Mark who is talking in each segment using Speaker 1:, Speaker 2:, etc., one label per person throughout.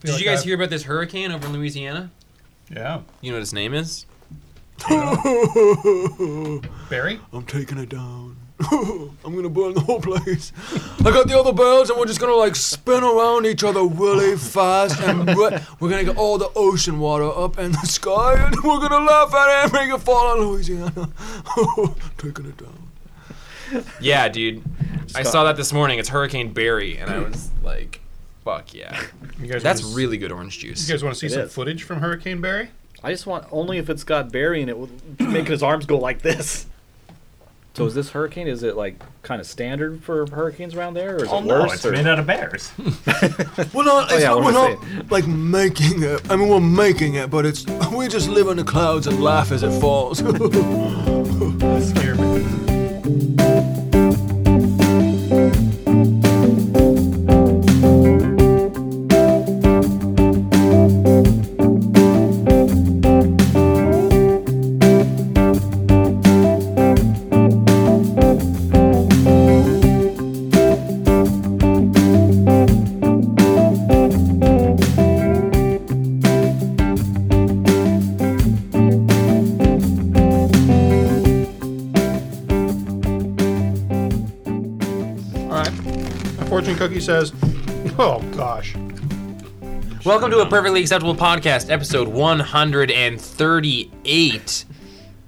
Speaker 1: Did
Speaker 2: like
Speaker 1: you guys
Speaker 2: I-
Speaker 1: hear about this hurricane over in Louisiana?
Speaker 2: Yeah.
Speaker 1: You know what its name is?
Speaker 2: Barry?
Speaker 3: I'm taking it down. I'm gonna burn the whole place. I got the other barrels, and we're just gonna like spin around each other really fast, and re- we're gonna get all the ocean water up in the sky, and we're gonna laugh at it and make it fall on Louisiana. taking it down.
Speaker 1: Yeah, dude. I saw that this morning. It's Hurricane Barry, and I was like, "Fuck yeah!"
Speaker 2: You guys
Speaker 1: That's
Speaker 2: wanna-
Speaker 1: really good orange juice.
Speaker 2: You guys want to see
Speaker 4: It
Speaker 2: some
Speaker 4: is.
Speaker 2: footage from Hurricane Barry?
Speaker 4: I just want only if it's got Barry in it, will make his arms go like this. So is this hurricane? Is it like kind of standard for hurricanes around there, or is
Speaker 5: Oh,
Speaker 4: it worse? or-
Speaker 5: out of bears.
Speaker 3: We're not.
Speaker 4: Oh,
Speaker 3: it's
Speaker 4: yeah,
Speaker 3: not-
Speaker 4: what
Speaker 3: we're
Speaker 4: am I
Speaker 3: not like making it. I mean, we're making it, but it's we just live in the clouds and laugh as it falls.
Speaker 2: Scare me. All right. A fortune cookie says, "Oh gosh,
Speaker 1: Welcome to a perfectly acceptable podcast, episode 138.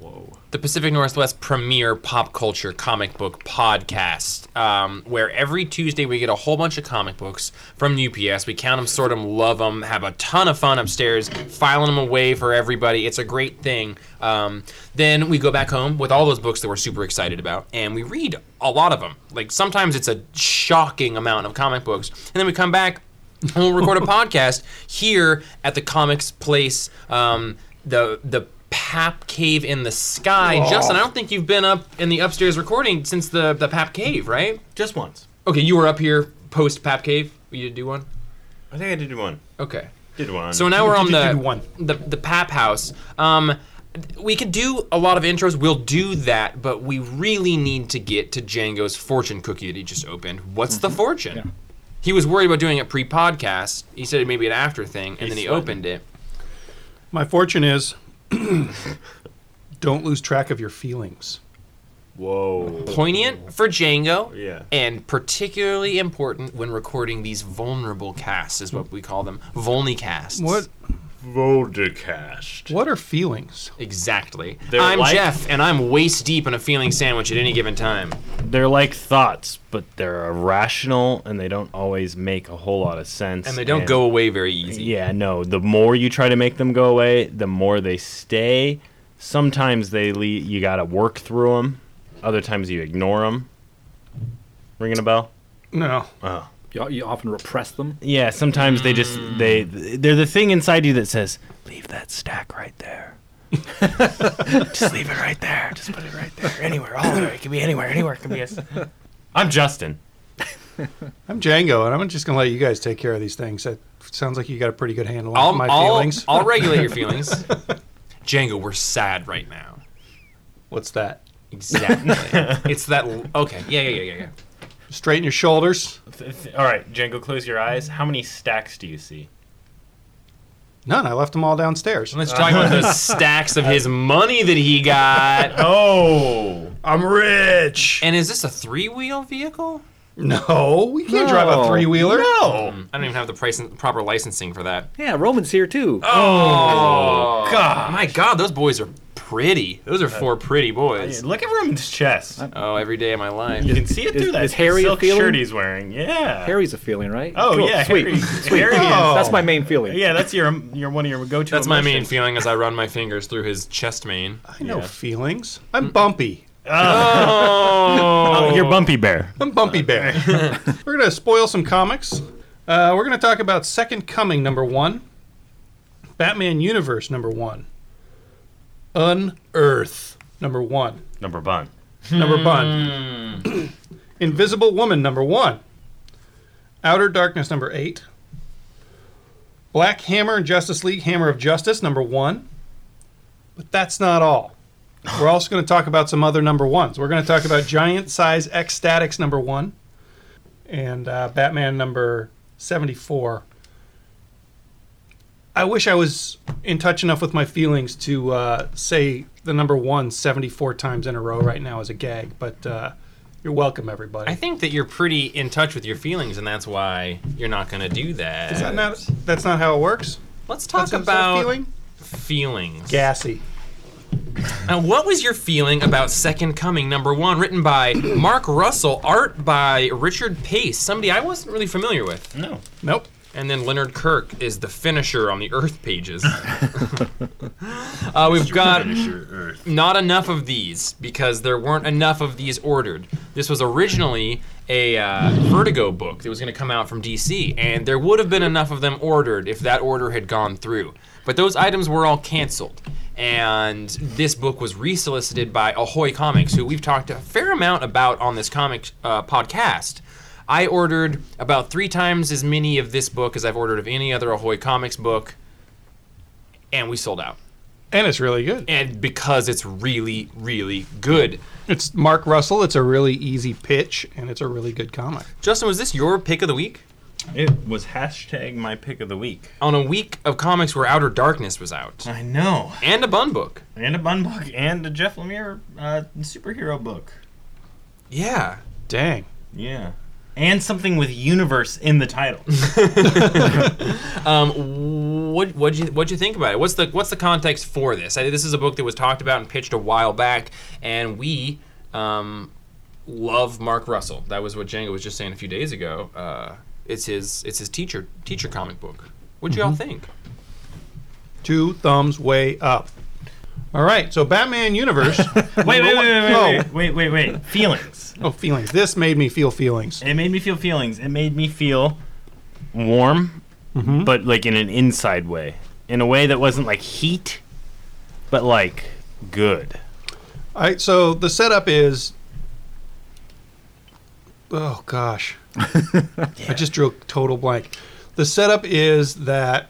Speaker 1: Whoa. The Pacific Northwest premier pop culture comic book podcast, um, where every Tuesday we get a whole bunch of comic books from UPS. We count them, sort them, love them, have a ton of fun upstairs, filing them away for everybody. It's a great thing. Um, then we go back home with all those books that we're super excited about, and we read a lot of them. Like sometimes it's a shocking amount of comic books, and then we come back we'll record a podcast here at the Comics Place, um, the the Pap Cave in the Sky. Justin, I don't think you've been up in the upstairs recording since the the Pap Cave, right?
Speaker 5: Just once.
Speaker 1: Okay, you were up here post Pap Cave. You did do one.
Speaker 5: I think I did one.
Speaker 1: Okay.
Speaker 5: Did one.
Speaker 1: So now we're on the
Speaker 2: One.
Speaker 1: the the Pap House. Um, we could do a lot of intros. We'll do that, but we really need to get to Django's fortune cookie that he just opened. What's
Speaker 5: Mm-hmm.
Speaker 1: the fortune? He was worried about doing it pre-podcast. He said it maybe an after thing, and then he
Speaker 5: sweating.
Speaker 1: opened it.
Speaker 2: my fortune is, don't lose track of your feelings."
Speaker 5: Whoa.
Speaker 1: Poignant for Django,
Speaker 5: Yeah.
Speaker 1: and particularly important when recording these vulnerable casts, is what we call them, vulny casts.
Speaker 2: What?
Speaker 5: Vodacast.
Speaker 2: What are feelings?
Speaker 1: Exactly.
Speaker 5: They're
Speaker 1: I'm
Speaker 5: like-
Speaker 1: Jeff, and I'm waist deep in a feeling sandwich at any given time.
Speaker 5: They're like thoughts, but they're irrational and they don't always make a whole lot of sense.
Speaker 1: And they don't go away very easy.
Speaker 5: Yeah, no. The more you try to make them go away, the more they stay. Sometimes they le You gotta work through them. Other times you ignore them. Ringing a bell?
Speaker 2: No.
Speaker 5: Uh-huh.
Speaker 4: You, you often repress them.
Speaker 5: Yeah. Sometimes they just they they're the thing inside you that says, "Leave that stack right there." just leave it right there. Just put it right there. Anywhere, all over. It can be anywhere. Anywhere. It can be. Us. I'm Justin.
Speaker 2: I'm Django, and I'm just gonna let you guys take care of these things. That sounds like you got a pretty good handle
Speaker 1: I'll,
Speaker 2: on my
Speaker 1: I'll-
Speaker 2: feelings.
Speaker 1: I'll regulate your feelings. Django, we're sad right now.
Speaker 2: What's that?
Speaker 1: Exactly. it's that. l- Okay. Yeah, yeah, yeah, yeah, yeah.
Speaker 2: Straighten your shoulders.
Speaker 5: All right, Django, close your eyes. How many stacks do you see?
Speaker 2: None. I left them all downstairs.
Speaker 1: Let's talk about the stacks of his money that he got.
Speaker 5: Oh,
Speaker 2: I'm rich.
Speaker 1: And is this a three wheel vehicle?
Speaker 2: No, Oh, we can't drive a
Speaker 4: No.
Speaker 2: three wheeler.
Speaker 5: no!
Speaker 1: I don't even have the price, proper licensing for that.
Speaker 4: Yeah, Roman's here too.
Speaker 1: Oh, God. My God, those boys are pretty. Those are four pretty boys.
Speaker 5: Look at Roman's chest.
Speaker 1: Oh, every day of my life.
Speaker 5: You can see it
Speaker 4: Is-
Speaker 5: through that
Speaker 4: is Harry a
Speaker 5: silk
Speaker 4: feeling?
Speaker 5: shirt he's wearing. Yeah.
Speaker 4: Harry's a feeling, right?
Speaker 5: Oh
Speaker 4: Cool,
Speaker 5: yeah,
Speaker 4: sweet.
Speaker 5: Harry.
Speaker 4: sweet. Oh.
Speaker 5: Harry is-
Speaker 4: That's my main feeling.
Speaker 5: Yeah, that's your your one of your go-to.
Speaker 1: That's my main
Speaker 5: emotions.
Speaker 1: feeling as I run my fingers through his chest mane.
Speaker 2: I know feelings. I'm bumpy.
Speaker 5: Oh, you're Bumpy Bear.
Speaker 2: I'm Bumpy Bear. we're gonna spoil some comics. Uh, we're gonna talk about Second Coming number one, Batman Universe number one, Unearth number one,
Speaker 5: Number bun.
Speaker 2: number bun, Invisible Woman number one, Outer Darkness number eight, Black Hammer and Justice League Hammer of Justice number one. But that's not all. We're also going to talk about some other number ones. We're going to talk about Giant Size Ecstatics number one and uh, Batman number 74 I wish I was in touch enough with my feelings to uh, say the number one 74 times in a row right now as a gag, but uh, you're welcome, everybody.
Speaker 1: I think that you're pretty in touch with your feelings, and that's why you're not going to do that.
Speaker 2: Is that not, that's not how it works?
Speaker 1: Let's talk
Speaker 2: That's a
Speaker 1: about
Speaker 2: feeling?
Speaker 1: feelings.
Speaker 2: Gassy.
Speaker 1: Now, what was your feeling about Second Coming number one, written by Mark Russell, art by Richard Pace, somebody I wasn't really familiar with,
Speaker 5: No.
Speaker 2: Nope.
Speaker 1: and then Leonard Kirk is the finisher on the Earth pages. uh, we've got
Speaker 6: Finisher Earth.
Speaker 1: not enough of these because there weren't enough of these ordered. This was originally a uh, Vertigo book that was going to come out from DC, and there would have been enough of them ordered if that order had gone through. But those items were all canceled, and this book was resolicited by Ahoy Comics, who we've talked a fair amount about on this comic uh, podcast. I ordered about three times as many of this book as I've ordered of any other Ahoy Comics book, and we sold out
Speaker 2: And it's really good.
Speaker 1: and because it's really, really good.
Speaker 2: It's Mark Russell. It's a really easy pitch, and it's a really good comic.
Speaker 1: Justin, was this your pick of the week?
Speaker 5: It was hashtag my pick of the week.
Speaker 1: On a week of comics where Outer Darkness was out,
Speaker 5: I know.
Speaker 1: and a Bun book.
Speaker 5: And a bun book and a Jeff Lemire uh, superhero book.
Speaker 1: Yeah.
Speaker 2: Dang.
Speaker 5: Yeah. And something with universe in the title.
Speaker 1: Um, what what'd you what'd you think about it? What's the what's the context for this? I, this is a book that was talked about and pitched a while back, and we um, love Mark Russell. That was what Django was just saying a few days ago. Uh, it's his it's his teacher teacher comic book. What'd y'all think?
Speaker 2: Two thumbs way up. All right, so Batman Universe.
Speaker 5: wait, wait, wait,
Speaker 2: Oh.
Speaker 5: wait, wait, wait, wait, wait, wait. Feelings.
Speaker 2: oh, feelings. This made me feel feelings.
Speaker 5: It made me feel feelings. It made me feel warm, but like in an inside way. In a way that wasn't like heat, but like good.
Speaker 2: All right, so the setup is. Oh gosh, I just drew a total blank. The setup is that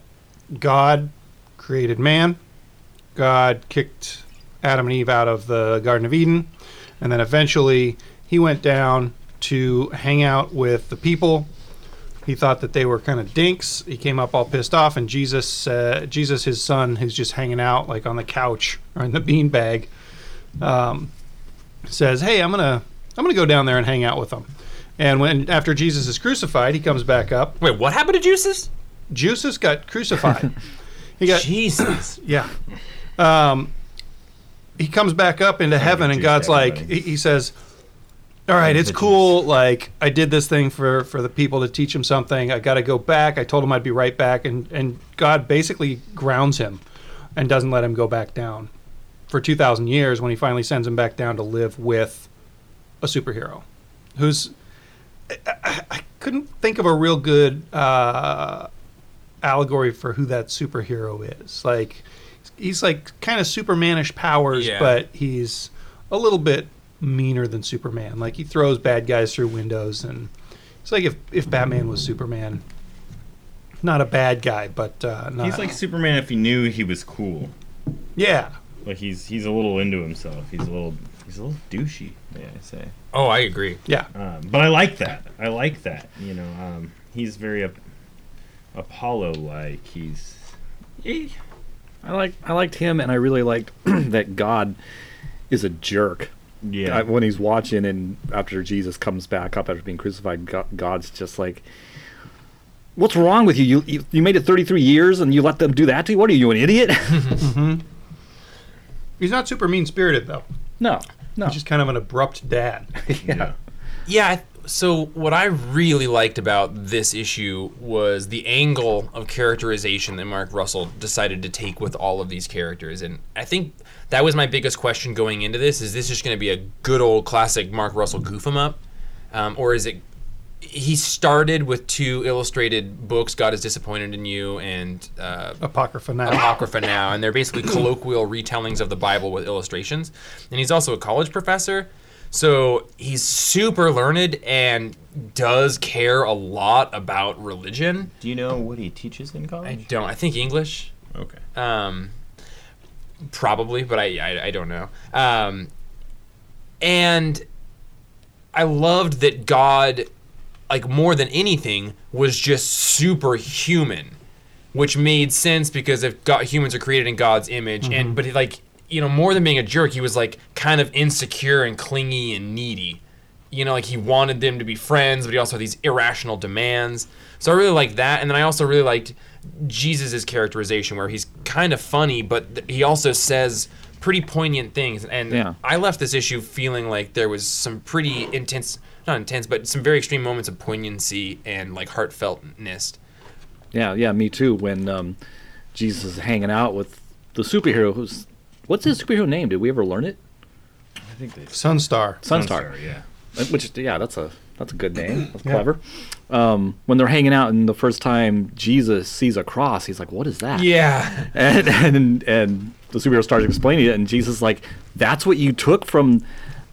Speaker 2: God created man. God kicked Adam and Eve out of the Garden of Eden, and then eventually he went down to hang out with the people. He thought that they were kind of dinks. He came up all pissed off, and Jesus, uh, Jesus, his son, who's just hanging out like on the couch or in the beanbag, says, "Hey, I'm gonna I'm gonna go down there and hang out with them." And when after Jesus is crucified, he comes back up.
Speaker 1: Wait, what happened to Juices?
Speaker 2: Jesus got crucified. he got
Speaker 1: Jesus.
Speaker 2: yeah. Um, he comes back up into heaven, and
Speaker 5: juice
Speaker 2: God's like,
Speaker 5: everybody.
Speaker 2: he, he says, "All right, it's
Speaker 5: the juice.
Speaker 2: cool. Like I did this thing for for the people to teach him something. I got to go back. I told him I'd be right back." And and God basically grounds him, and doesn't let him go back down for two thousand years. When he finally sends him back down to live with a superhero, who's I, I, I couldn't think of a real good. Uh, allegory for who that superhero is. Like he's like kind of Supermanish powers,
Speaker 1: Yeah.
Speaker 2: but he's a little bit meaner than Superman. Like he throws bad guys through windows, and it's like if if Batman was Superman, not a bad guy, but uh, not
Speaker 5: He's like Superman if he knew he was cool.
Speaker 2: yeah.
Speaker 5: Like he's he's a little into himself. He's a little he's a little douchey, may I say.
Speaker 1: Oh, I agree.
Speaker 2: Yeah,
Speaker 5: Um, but I like that. I like that. You know, um, he's very ap- Apollo-like. He's eh,
Speaker 4: I like I liked him, and I really liked that God is a jerk.
Speaker 5: yeah.
Speaker 4: I, when he's watching, and after Jesus comes back up after being crucified, God, God's just like, "What's wrong with you? You you, you made it 33 years, and you let them do that to you? What are you, an idiot?"
Speaker 2: he's not super mean spirited though.
Speaker 4: no, no.
Speaker 2: He's just kind of an abrupt dad.
Speaker 5: yeah.
Speaker 1: Yeah. I- So what I really liked about this issue was the angle of characterization that Mark Russell decided to take with all of these characters, and I think that was my biggest question going into this: is this just going to be a good old classic Mark Russell goof 'em up, um, or is it? He started with two illustrated books, "God is Disappointed in You" and uh,
Speaker 2: Apocrypha now.
Speaker 1: apocrypha now, and they're basically colloquial retellings of the Bible with illustrations. And he's also a college professor, so he's super learned and does care a lot about religion.
Speaker 5: Do you know what he teaches in
Speaker 1: I
Speaker 5: college?
Speaker 1: don't. I think English,
Speaker 5: okay.
Speaker 1: um, probably, but I, I I don't know. Um, and I loved that God, like more than anything, was just superhuman which made sense because if God, humans are created in God's image, and but he, like you know, more than being a jerk, he was like kind of insecure and clingy and needy. You know, like he wanted them to be friends, but he also had these irrational demands. So I really liked that, and then I also really liked Jesus's characterization, where he's kind of funny, but th- he also says pretty poignant things. And
Speaker 4: Yeah.
Speaker 1: I left this issue feeling like there was some pretty intense, not intense, but some very extreme moments of poignancy and like heartfeltness.
Speaker 4: Yeah, yeah, me too. When um, Jesus is hanging out with the superhero, who's what's his superhero name? Did we ever learn it?
Speaker 5: I think they
Speaker 2: Sunstar.
Speaker 4: Sunstar.
Speaker 5: yeah.
Speaker 4: Uh, Which yeah, that's a that's a good name. That's clever. Um, when they're hanging out and the first time Jesus sees a cross, he's like, "What is that?"
Speaker 1: Yeah.
Speaker 4: and and and the superhero starts explaining it, and Jesus is like, "That's what you took from."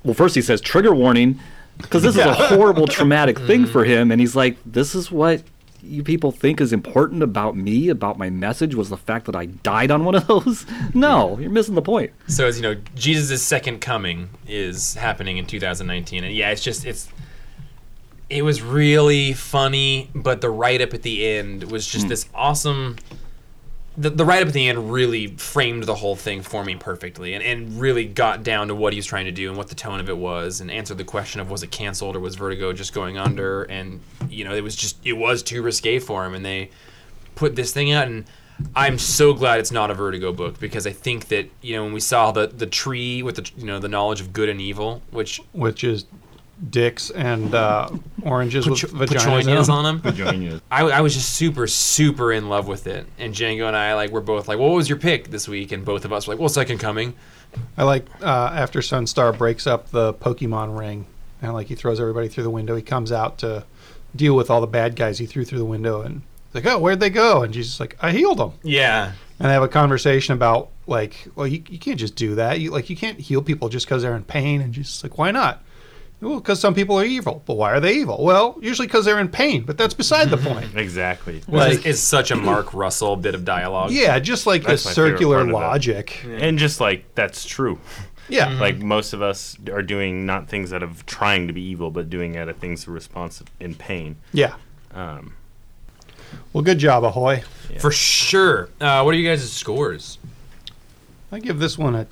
Speaker 4: Well, first he says trigger warning, because this is a horrible traumatic thing for him, and he's like, "This is what you people think is important about me, about my message, was the fact that I died on one of those." no, you're missing the point.
Speaker 1: So as you know, Jesus' second coming is happening in 2019, and yeah, it's just it's it was really funny, but the write up at the end was just this awesome. The, the write up at the end really framed the whole thing for me perfectly, and, and really got down to what he was trying to do and what the tone of it was, and answered the question of was it canceled or was Vertigo just going under, and you know it was just it was too risque for him, and they put this thing out and I'm so glad it's not a Vertigo book because I think that you know when we saw the the tree with the you know the knowledge of good and evil, which
Speaker 2: which is dicks and uh, oranges with vaginas. in
Speaker 1: Petronia's
Speaker 2: them.
Speaker 1: on him,
Speaker 5: Vagina.
Speaker 1: I, I was just super super in love with it. And Django and I like were both like, "What was your pick this week?" And both of us were like, "Well, Second Coming."
Speaker 2: I like uh, after Sunstar breaks up the Pokemon ring, and like he throws everybody through the window. He comes out to deal with all the bad guys he threw through the window, and he's like, "Oh, where'd they go?" And Jesus is like, "I healed them."
Speaker 1: Yeah,
Speaker 2: And they have a conversation about like, well, you, you can't just do that. You like you can't heal people just because they're in pain. And Jesus is like, why not? Well, because some people are evil. But why are they evil? Well, usually because they're in pain. But that's beside the point.
Speaker 5: Exactly.
Speaker 1: which is-
Speaker 2: Like-
Speaker 1: is, such a Mark Russell bit of dialogue.
Speaker 2: Yeah, just like
Speaker 5: That's
Speaker 2: the
Speaker 5: my favorite
Speaker 2: circular
Speaker 5: part of it.
Speaker 2: logic.
Speaker 5: And just like that's true.
Speaker 2: Yeah.
Speaker 1: Mm-hmm.
Speaker 5: Like most of us are doing not things out of trying to be evil, but doing out of things of response in pain.
Speaker 2: Yeah.
Speaker 5: Um,
Speaker 2: Well, good job, ahoy.
Speaker 1: for sure. Uh, what are you guys' scores?
Speaker 2: I give this one a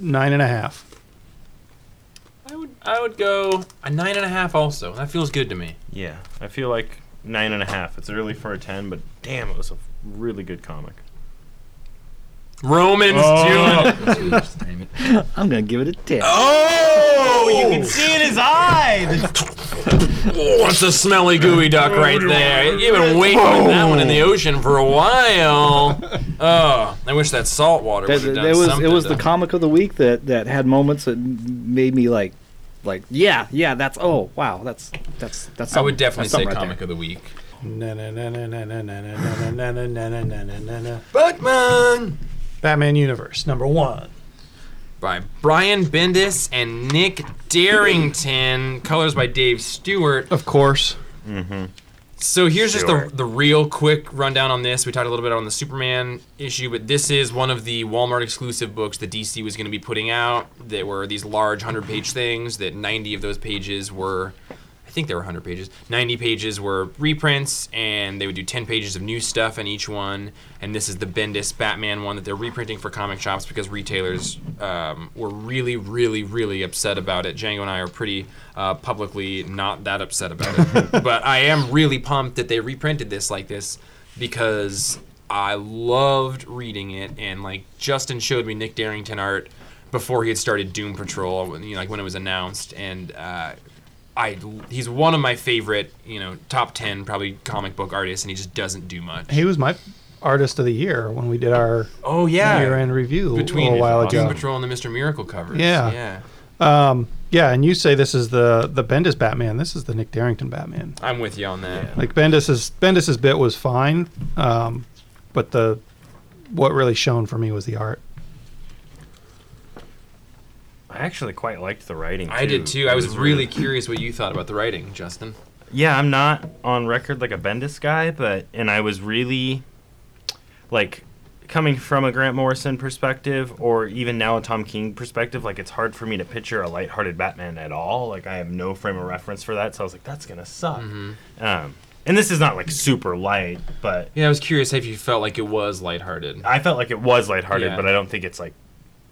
Speaker 2: nine and a half.
Speaker 1: I would I would go a nine and a half. Also, that feels good to me.
Speaker 5: yeah, I feel like nine and a half. It's early for a ten, but damn, it was a really good comic.
Speaker 1: Romans,
Speaker 5: Oh.
Speaker 1: dude. Damn it.
Speaker 4: I'm gonna give it a ten.
Speaker 1: Oh, you can see
Speaker 5: in his eye.
Speaker 1: Oh, it's a smelly gooey duck
Speaker 4: Oh,
Speaker 1: right there. You've been waiting with that one in the ocean for a while. Oh, I wish that salt water would
Speaker 4: That-
Speaker 1: have done
Speaker 4: that was-
Speaker 1: something.
Speaker 4: it was the
Speaker 1: to-
Speaker 4: comic of the week that that had moments that made me like like yeah yeah that's oh wow that's that's that's
Speaker 1: I would
Speaker 4: something-
Speaker 1: definitely
Speaker 4: that's
Speaker 1: say
Speaker 4: something right
Speaker 1: comic of the week.
Speaker 2: Na- na- na- na- na- na- na- na- na- na- na- na- na- na- na- na.
Speaker 1: Batman
Speaker 2: Batman Universe, number one.
Speaker 1: by Brian Bendis and Nick Darrington. Colors by Dave Stewart.
Speaker 2: Of course.
Speaker 1: So here's
Speaker 5: Sure.
Speaker 1: just the, the real quick rundown on this. We talked a little bit on the Superman issue, but this is one of the Walmart exclusive books that DC was going to be putting out. That were these large 100 page things, that 90 of those pages were, I think there were 100 pages, 90 pages were reprints, and they would do 10 pages of new stuff in each one. And this is the Bendis Batman one that they're reprinting for comic shops because retailers um, were really, really, really upset about it. Django and I are pretty uh, publicly not that upset about it. but I am really pumped that they reprinted this like this because I loved reading it. And like Justin showed me Nick Darrington art before he had started Doom Patrol, when, you know, like when it was announced. And uh, I, he's one of my favorite, you know, top 10 probably comic book artists, and he just doesn't do much.
Speaker 2: He was my artist of the year when we did our
Speaker 1: Oh, yeah.
Speaker 2: year end review a
Speaker 1: Between
Speaker 2: little while
Speaker 1: Doom
Speaker 2: ago.
Speaker 1: Patrol and the Mr. Miracle covers.
Speaker 2: Yeah.
Speaker 1: Yeah.
Speaker 2: Um, yeah, and you say this is the the Bendis Batman. This is the Nick Darrington Batman.
Speaker 1: I'm with you on that.
Speaker 2: Like Bendis's Bendis's bit was fine, um, but the what really shone for me was the art.
Speaker 5: I actually quite liked the writing.
Speaker 1: I did too. I
Speaker 5: It
Speaker 1: was really
Speaker 5: really
Speaker 1: curious what you thought about the writing, Justin.
Speaker 5: yeah, I'm not on record like a Bendis guy, but and I was really like coming from a Grant Morrison perspective or even now a Tom King perspective, like it's hard for me to picture a lighthearted Batman at all. Like I have no frame of reference for that, so I was like, that's gonna suck. Um,
Speaker 6: And this is not like super light, but
Speaker 1: Yeah, I was curious if you felt like it was lighthearted.
Speaker 6: I felt like it was lighthearted,
Speaker 1: Yeah.
Speaker 6: but I don't think it's like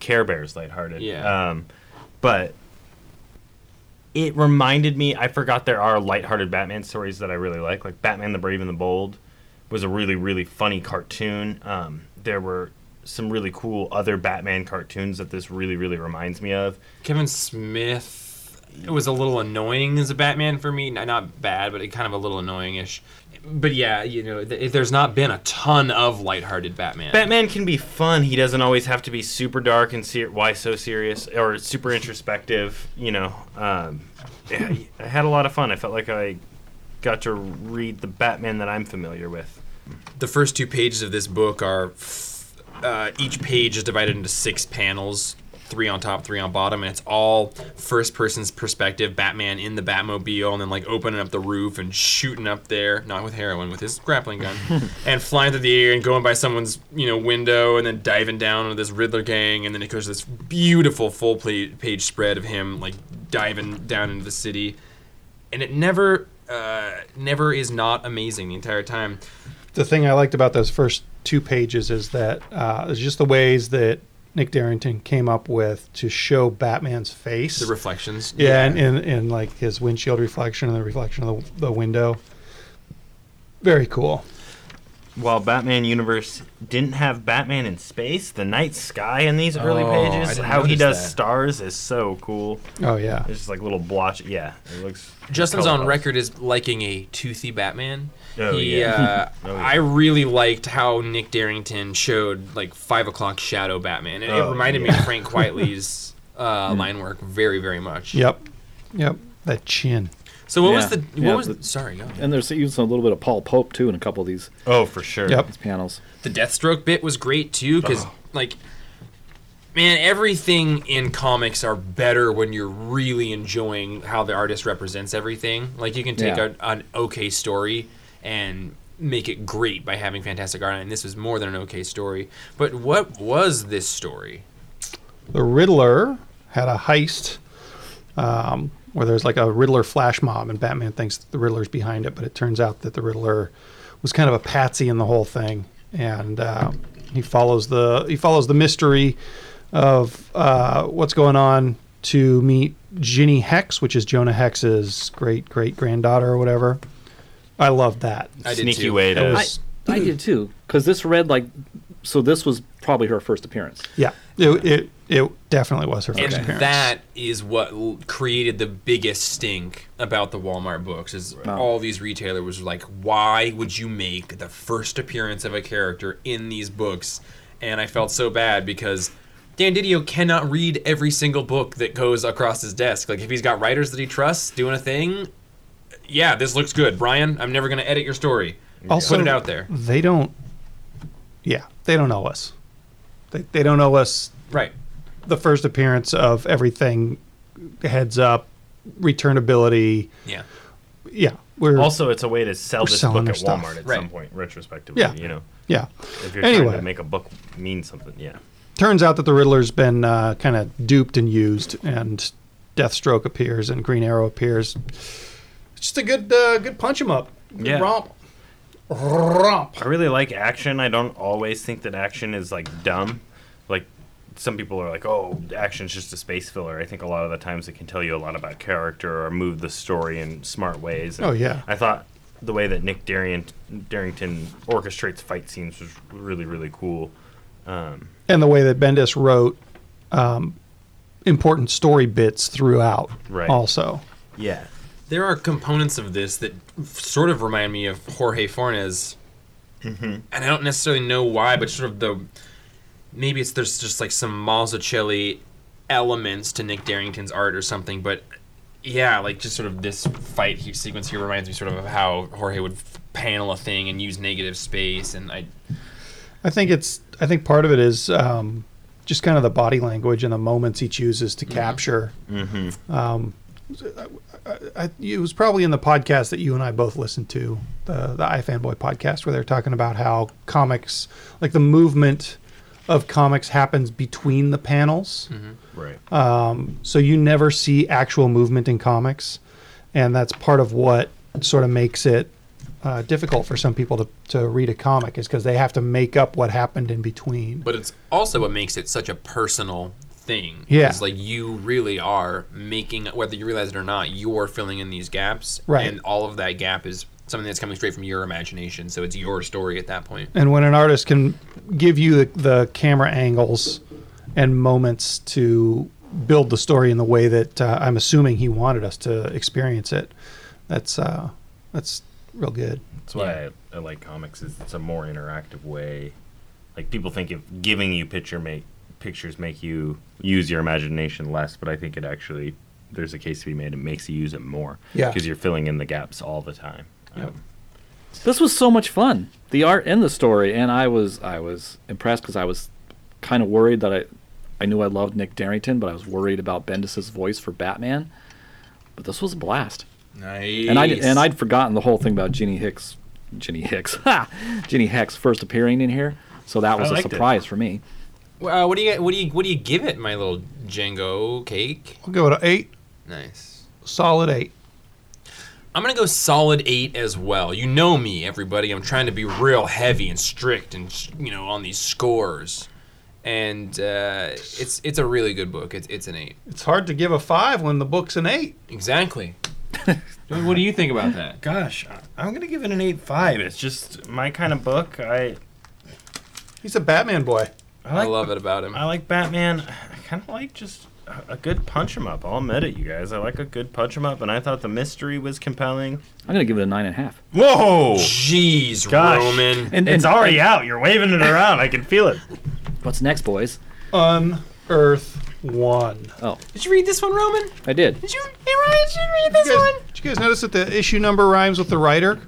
Speaker 6: Care Bears lighthearted.
Speaker 1: Yeah.
Speaker 6: Um, but it reminded me. I forgot there are lighthearted Batman stories that I really like, like Batman the Brave and the Bold was a really really funny cartoon. Um, there were some really cool other Batman cartoons that this really really reminds me of.
Speaker 1: Kevin Smith it was a little annoying as a Batman for me. N- Not bad, but it kind of a little annoying-ish. But yeah, you know, th- there's not been a ton of lighthearted Batman.
Speaker 6: Batman can be fun. He doesn't always have to be super dark and ser- why so serious or super introspective. You know, um, yeah, I had a lot of fun. I felt like I got to read the Batman that I'm familiar with.
Speaker 1: the first two pages of this book are f- uh, each page is divided into six panels three on top three on bottom and it's all first person's perspective batman in the batmobile and then like opening up the roof and shooting up there not with heroin with his grappling gun and flying through the air and going by someone's you know window and then diving down into this riddler gang and then it goes to this beautiful full pla- page spread of him like diving down into the city and it never uh, never is not amazing the entire time
Speaker 2: the thing I liked about those first two pages is that uh, it's just the ways that Nick Darrington came up with to show Batman's face.
Speaker 1: the reflections.
Speaker 2: yeah, And, and, and like his windshield reflection and the reflection of the, the window. Very cool.
Speaker 6: While Batman universe didn't have Batman in space, the night sky in these early
Speaker 1: Oh, I
Speaker 6: pages,
Speaker 1: didn't
Speaker 6: how he
Speaker 1: notice
Speaker 6: does
Speaker 1: that.
Speaker 6: stars is so cool.
Speaker 2: Oh, yeah.
Speaker 6: It's just like little blotch. Yeah, it looks.
Speaker 1: Justin's
Speaker 6: color
Speaker 1: on
Speaker 6: pops.
Speaker 1: record is liking a toothy Batman.
Speaker 6: Oh,
Speaker 1: he,
Speaker 6: yeah.
Speaker 1: uh,
Speaker 6: Oh, yeah.
Speaker 1: I really liked how Nick Darrington showed like five o'clock shadow Batman. It, it
Speaker 6: Oh,
Speaker 1: reminded me
Speaker 6: yeah.
Speaker 1: of Frank Quitely's uh, line work very, very much.
Speaker 2: Yep. Yep. That chin.
Speaker 1: So what was the
Speaker 4: Yeah.
Speaker 1: what
Speaker 4: Yeah,
Speaker 1: was
Speaker 4: but-
Speaker 1: sorry go ahead.
Speaker 4: And there's even a little bit of Paul Pope too in a couple of these
Speaker 6: Oh, for sure.
Speaker 2: Yep.
Speaker 4: these panels.
Speaker 1: the Deathstroke bit was great too because like man everything in comics are better when you're really enjoying how the artist represents everything like you can take
Speaker 4: Yeah.
Speaker 1: a, an okay story and make it great by having fantastic art and this was more than an okay story but what was this story
Speaker 2: The Riddler had a heist um, where there's like a Riddler flash mob, and Batman thinks the Riddler's behind it, but it turns out that the Riddler was kind of a patsy in the whole thing, and uh, he follows the he follows the mystery of uh, what's going on to meet Ginny Hex, which is Jonah Hex's great great granddaughter or whatever. I love that.
Speaker 1: I did
Speaker 6: Sneaky
Speaker 1: too.
Speaker 6: way
Speaker 2: That
Speaker 6: to.
Speaker 4: I,
Speaker 2: was-
Speaker 4: I did too, because this read like, so this was probably her first appearance.
Speaker 2: Yeah, it it, it definitely was her first
Speaker 1: and
Speaker 2: appearance.
Speaker 1: that is what l- created the biggest stink about the Walmart books is all these retailers was like why would you make the first appearance of a character in these books and I felt so bad because Dan Didio cannot read every single book that goes across his desk like if he's got writers that he trusts doing a thing yeah this looks good Brian I'm never going to edit your story
Speaker 2: Also-
Speaker 1: put it out there
Speaker 2: they don't yeah they don't know us they, they don't know us
Speaker 1: right
Speaker 2: the first appearance of everything heads up returnability
Speaker 1: yeah
Speaker 2: yeah we're
Speaker 6: Also, it's a way to sell this
Speaker 2: selling
Speaker 6: book
Speaker 2: their
Speaker 6: at
Speaker 2: stuff.
Speaker 6: Walmart at
Speaker 1: Right.
Speaker 6: some point, retrospectively.
Speaker 2: Yeah.
Speaker 6: You know,
Speaker 2: yeah
Speaker 6: if you're trying
Speaker 2: Anyway.
Speaker 6: to make a book mean something, yeah.
Speaker 2: turns out that the riddler's been uh, kind of duped and used and deathstroke appears and green arrow appears it's just a good uh, good punch him up Good
Speaker 6: Yeah.
Speaker 2: romp romp
Speaker 6: I really like action. I don't always think that action is like dumb. Like some people are like, "Oh, action's just a space filler." I think a lot of the times it can tell you a lot about character or move the story in smart ways. And
Speaker 2: Oh, yeah.
Speaker 6: I thought the way that Nick Darrian- Darrington orchestrates fight scenes was really really cool.
Speaker 2: and the way that Bendis wrote um, important story bits throughout
Speaker 6: Right.
Speaker 2: also
Speaker 6: Yeah.
Speaker 1: there are components of this that f- sort of remind me of Jorge Fornes, and I don't necessarily know why, but sort of the maybe it's there's just like some Mazzucchelli elements to Nick Darrington's art or something, but yeah, like just sort of this fight he, sequence here reminds me sort of of how Jorge would f- panel a thing and use negative space, and I
Speaker 2: I think it's. I think part of it is um, just kind of the body language and the moments he chooses to capture. Um, I, I, it was probably in the podcast that you and I both listened to, the the iFanboy podcast, where they're talking about how comics, like the movement of comics, happens between the panels.
Speaker 6: Right.
Speaker 2: So you never see actual movement in comics, and that's part of what sort of makes it uh, difficult for some people to, to read a comic is because they have to make up what happened in between.
Speaker 1: But it's also what makes it such a personal thing.
Speaker 2: Yeah.
Speaker 1: It's like you really are making, whether you realize it or not, you're filling in these gaps.
Speaker 2: Right.
Speaker 1: And all of that gap is something that's coming straight from your imagination. So it's your story at that point.
Speaker 2: and when an artist can give you the, the camera angles and moments to build the story in the way that uh, I'm assuming he wanted us to experience it, that's uh, that's real good.
Speaker 6: That's why I, I like comics. Is it's a more interactive way. Like people think of giving you picture make pictures make you use your imagination less, but I think it actually there's a case to be made. It makes you use it more.
Speaker 2: Yeah.
Speaker 6: Because you're filling in the gaps all the time. Um,
Speaker 4: This was so much fun. The art and the story, and I was I was impressed because I was kind of worried that I I knew I loved Nick Darrington, but I was worried about Bendis's voice for Batman. But this was a blast,
Speaker 1: Nice.
Speaker 4: and I and I'd forgotten the whole thing about Ginny Hicks, Ginny Hicks, ha, Ginny Hex first appearing in here. So that was a
Speaker 6: liked it.
Speaker 4: surprise for me.
Speaker 1: Well, uh, what do you what do you what do you give it, my little Django cake?
Speaker 2: I'll go to eight,
Speaker 1: Nice.
Speaker 2: solid eight.
Speaker 1: I'm gonna go solid eight as well. You know me, everybody. I'm trying to be real heavy and strict, and you know on these scores. And uh, it's it's a really good book. It's it's an eight.
Speaker 2: It's hard to give a five when the book's an eight.
Speaker 1: Exactly. what do you think about that?
Speaker 6: Gosh, I- I'm gonna give it an eight five. It's just my kind of book. I
Speaker 2: He's a Batman boy.
Speaker 6: I
Speaker 1: I
Speaker 6: like
Speaker 1: love it about him.
Speaker 6: I like Batman. I kind of like just a- a good punch 'em up. I'll admit it, you guys. I like a good punch 'em up, and I thought the mystery was compelling.
Speaker 4: I'm gonna give it a nine and a half.
Speaker 6: Whoa!
Speaker 1: Jeez,
Speaker 6: Gosh.
Speaker 1: Roman.
Speaker 4: And,
Speaker 6: It's
Speaker 4: and
Speaker 6: already out. You're waving it around. I can feel it.
Speaker 4: what's next, boys?
Speaker 2: Unearth one.
Speaker 4: Oh,
Speaker 1: Did you read this one, Roman?
Speaker 4: I did.
Speaker 1: Did you? Hey, Roman, did you read
Speaker 2: Did you, guys, did you guys notice that the issue number rhymes with the writer?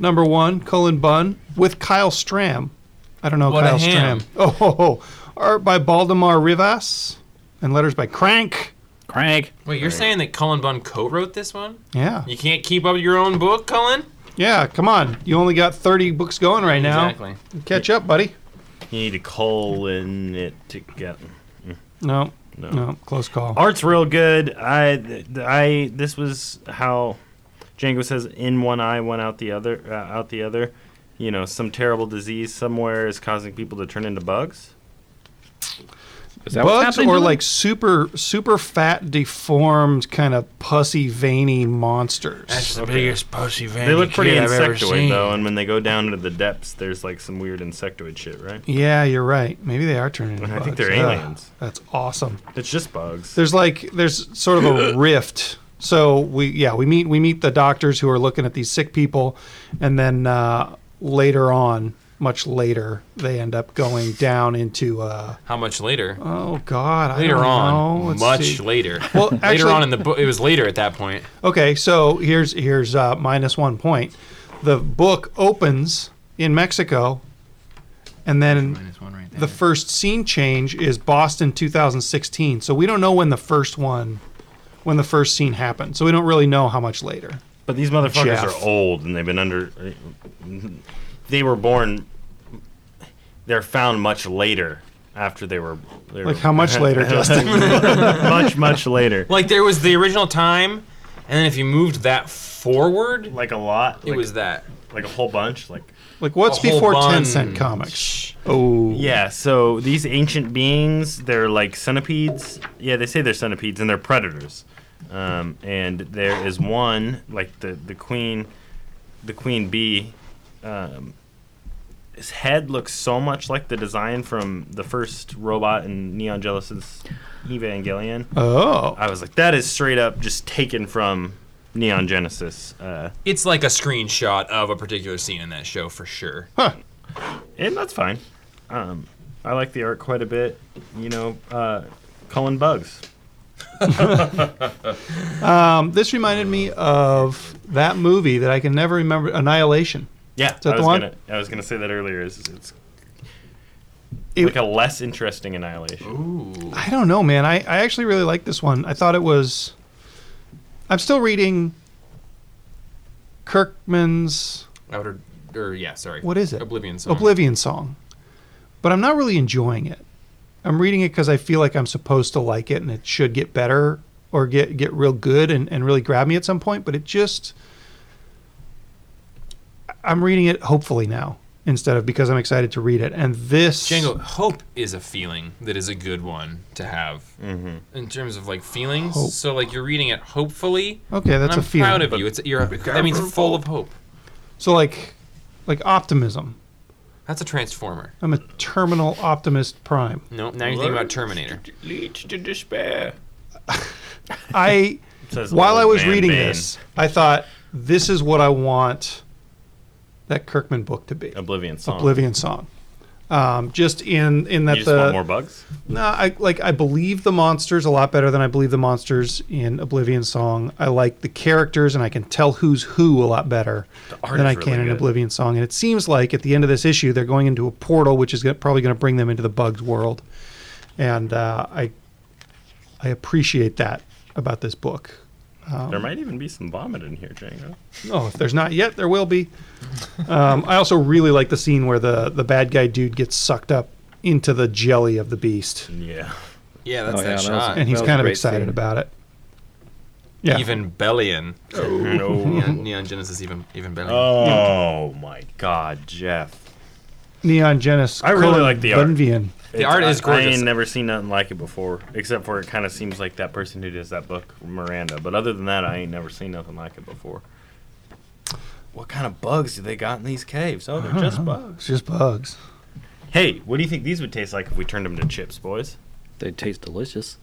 Speaker 2: Number one, Cullen Bunn, with Kyle Stram. I don't know
Speaker 1: What a
Speaker 2: Kyle
Speaker 1: ham.
Speaker 2: Stram. Oh, ho, ho. Art by Baldemar Rivas and letters by Crank.
Speaker 4: Crank.
Speaker 1: Wait, you're saying that Cullen Bunn co-wrote this one?
Speaker 2: Yeah.
Speaker 1: You can't keep up your own book, Cullen?
Speaker 2: Yeah, come on. You only got 30 books going right now.
Speaker 1: Exactly.
Speaker 2: Catch up, buddy.
Speaker 6: You need to colon it together.
Speaker 2: No,
Speaker 6: No.
Speaker 2: no, close call.
Speaker 6: Art's real good. I, th- I, this was how Django says, "In one eye, one out the other, uh, out the other." You know, some terrible disease somewhere is causing people to turn into bugs.
Speaker 4: Is that what's
Speaker 2: Bugs
Speaker 4: happening?
Speaker 2: or
Speaker 4: to them?
Speaker 2: like super, super fat, deformed, kind of pussy, veiny monsters.
Speaker 5: the biggest pussy van
Speaker 6: They look pretty
Speaker 5: I've ever
Speaker 6: insectoid
Speaker 5: seen.
Speaker 6: though, and when they go down into the depths, there's like some weird insectoid shit, right?
Speaker 2: yeah, you're right. Maybe they are turning into
Speaker 6: I
Speaker 2: bugs.
Speaker 6: think they're
Speaker 2: Ugh,
Speaker 6: aliens.
Speaker 2: That's awesome.
Speaker 6: It's just bugs.
Speaker 2: there's like there's sort of a rift. So we yeah we meet we meet the doctors who are looking at these sick people, and then uh, later on, much later, they end up going down into uh,
Speaker 1: How much later?
Speaker 2: oh god I
Speaker 1: later
Speaker 2: don't
Speaker 1: on,
Speaker 2: know. Let's
Speaker 1: much
Speaker 2: see.
Speaker 1: later.
Speaker 2: Well,
Speaker 1: later
Speaker 2: actually-
Speaker 1: on in the book, it was later at that point.
Speaker 2: Okay, so here's here's uh, minus one point. The book opens in Mexico, and then
Speaker 1: Minus one right there.
Speaker 2: the first scene change is Boston 2016. So we don't know when the first one, when the first scene happened. So we don't really know how much later.
Speaker 6: But these motherfuckers
Speaker 2: Jeff.
Speaker 6: are old, and they've been under. They were born. They're found much later after they were. They
Speaker 2: Like how much later, Justin?
Speaker 6: much much later.
Speaker 1: like there was the original time, and then if you moved that forward,
Speaker 6: Like a lot.
Speaker 1: it
Speaker 6: like,
Speaker 1: was that.
Speaker 6: like a whole bunch. Like
Speaker 2: Like what's
Speaker 1: A whole
Speaker 2: before ten
Speaker 1: bunch.
Speaker 2: cent comics? Oh,
Speaker 6: yeah. So these ancient beings, they're like centipedes. Yeah, they say they're centipedes, and they're predators. Um, and there is one like the the queen, the queen bee. Um, his head looks so much like the design from the first robot in Neon Genesis Evangelion.
Speaker 2: Oh,
Speaker 6: I was like, that is straight up just taken from Neon Genesis. Uh,
Speaker 1: It's like a screenshot of a particular scene in that show for sure.
Speaker 6: And that's fine. Um, I like the art quite a bit. You know, uh, Cullen Bugs.
Speaker 2: um, this reminded me of that movie that I can never remember, Annihilation.
Speaker 6: Yeah,
Speaker 2: that
Speaker 6: I
Speaker 2: the
Speaker 6: was
Speaker 2: one?
Speaker 6: Gonna, I was gonna say that earlier. Is it's
Speaker 2: It-
Speaker 6: like a less interesting annihilation.
Speaker 2: I don't know, man. I, I actually really like this one. I thought it was. I'm still reading Kirkman's
Speaker 1: Outer, or yeah, sorry.
Speaker 2: What is it?
Speaker 1: Oblivion song.
Speaker 2: Oblivion song, but I'm not really enjoying it. I'm reading it because I feel like I'm supposed to like it and it should get better or get, get real good and, and really grab me at some point, but it just. I- I'm reading it hopefully now instead of because I'm excited to read it. And this
Speaker 1: Django, hope is a feeling that is a good one to have in terms of like feelings.
Speaker 2: Hope.
Speaker 1: So like you're reading it hopefully.
Speaker 2: Okay, that's
Speaker 1: and I'm
Speaker 2: a feeling.
Speaker 1: proud of you. It's you're that means full of hope.
Speaker 2: So like like optimism.
Speaker 1: That's a transformer.
Speaker 2: I'm a terminal optimist prime.
Speaker 1: No, now you're thinking about Terminator.
Speaker 7: Leads to despair.
Speaker 2: I
Speaker 6: Says
Speaker 2: while
Speaker 6: old
Speaker 2: I was
Speaker 6: man
Speaker 2: reading
Speaker 6: Bane.
Speaker 2: this, I thought this is what I want that Kirkman book to be.
Speaker 6: Oblivion song.
Speaker 2: Oblivion uh, song. Um, just in in that
Speaker 6: You just
Speaker 2: the
Speaker 6: want more bugs?
Speaker 2: No, I like I believe the monsters a lot better than I believe the monsters in Oblivion Song. I like the characters and I can tell who's who a lot better
Speaker 6: art
Speaker 2: than
Speaker 6: is
Speaker 2: I can
Speaker 6: really
Speaker 2: in
Speaker 6: good.
Speaker 2: Oblivion Song. And it seems like at the end of this issue they're going into a portal which is gonna, probably going to bring them into the bugs world. And uh, I I appreciate that about this book.
Speaker 6: there might even be some vomit in here, Django.
Speaker 2: Oh, if there's not yet, there will be. Um, I also really like the scene where the the bad guy dude gets sucked up into the jelly of the beast.
Speaker 6: Yeah.
Speaker 1: Yeah, that's that
Speaker 4: Oh, yeah, that was-
Speaker 1: shot.
Speaker 2: and he's
Speaker 4: That was a
Speaker 2: kind of
Speaker 4: great
Speaker 2: excited
Speaker 4: scene.
Speaker 2: about it. Yeah,
Speaker 1: Even Bellion.
Speaker 6: No.
Speaker 1: Neon, Neon Genesis even even Bellion.
Speaker 6: Oh my God, Jeff.
Speaker 2: Neon Genesis.
Speaker 6: I really
Speaker 2: colon
Speaker 6: like the art.
Speaker 2: Bunvian.
Speaker 1: The art is
Speaker 6: I
Speaker 1: gorgeous.
Speaker 6: ain't never seen nothing like it before, except for it kind of seems like that person who does that book, Miranda. But other than that, I ain't never seen nothing like it before. What kind of bugs do they got in these caves? Oh, they're just bugs.
Speaker 2: It's just bugs.
Speaker 6: Hey, what do you think these would taste like if we turned them to chips, boys?
Speaker 4: They taste delicious.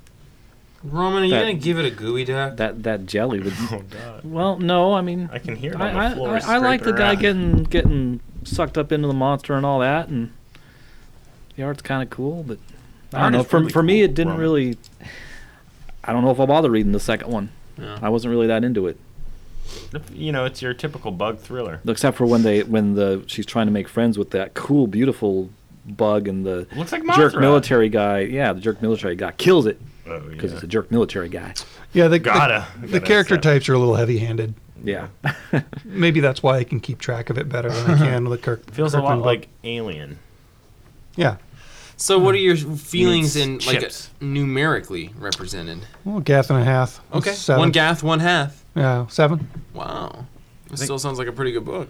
Speaker 1: Roman, are you
Speaker 4: That-
Speaker 1: gonna give it a gooey duck?
Speaker 4: That that jelly would. Well, no, I mean,
Speaker 6: Oh, I can hear it
Speaker 4: I,
Speaker 6: on
Speaker 4: I,
Speaker 6: the floor.
Speaker 4: I, I like the
Speaker 6: scraping
Speaker 4: guy
Speaker 6: around.
Speaker 4: getting getting sucked up into the monster and all that, and the art's kind of cool, but I
Speaker 6: Art
Speaker 4: don't know.
Speaker 6: is
Speaker 4: For
Speaker 6: really
Speaker 4: for me,
Speaker 6: cool,
Speaker 4: it didn't
Speaker 6: Roman.
Speaker 4: really. I don't know if I'll bother reading the second one. I wasn't really that into it,
Speaker 6: You know, it's your typical bug thriller.
Speaker 4: except for when they when the she's trying to make friends with that cool, beautiful bug and the
Speaker 6: Looks like
Speaker 4: jerk
Speaker 6: Mothra.
Speaker 4: military guy. Yeah, the jerk military guy kills it
Speaker 6: Oh,
Speaker 4: because
Speaker 6: yeah.
Speaker 4: he's a jerk military guy.
Speaker 2: Yeah, the, the-
Speaker 6: Gotta.
Speaker 2: the,
Speaker 6: Gotta
Speaker 2: character
Speaker 6: accept.
Speaker 2: types are a little heavy-handed.
Speaker 4: Yeah,
Speaker 2: Maybe that's why I can keep track of it better than I can with Kirk.
Speaker 6: feels a
Speaker 2: Kirkman
Speaker 6: lot
Speaker 2: book.
Speaker 6: like Alien.
Speaker 2: yeah.
Speaker 1: So what are your feelings in like
Speaker 6: chips.
Speaker 1: numerically represented?
Speaker 2: Well, Gath and a half. That's
Speaker 1: Okay.
Speaker 2: seven.
Speaker 1: One Gath, one half.
Speaker 2: Yeah, seven.
Speaker 1: Wow. It still sounds like a pretty good book.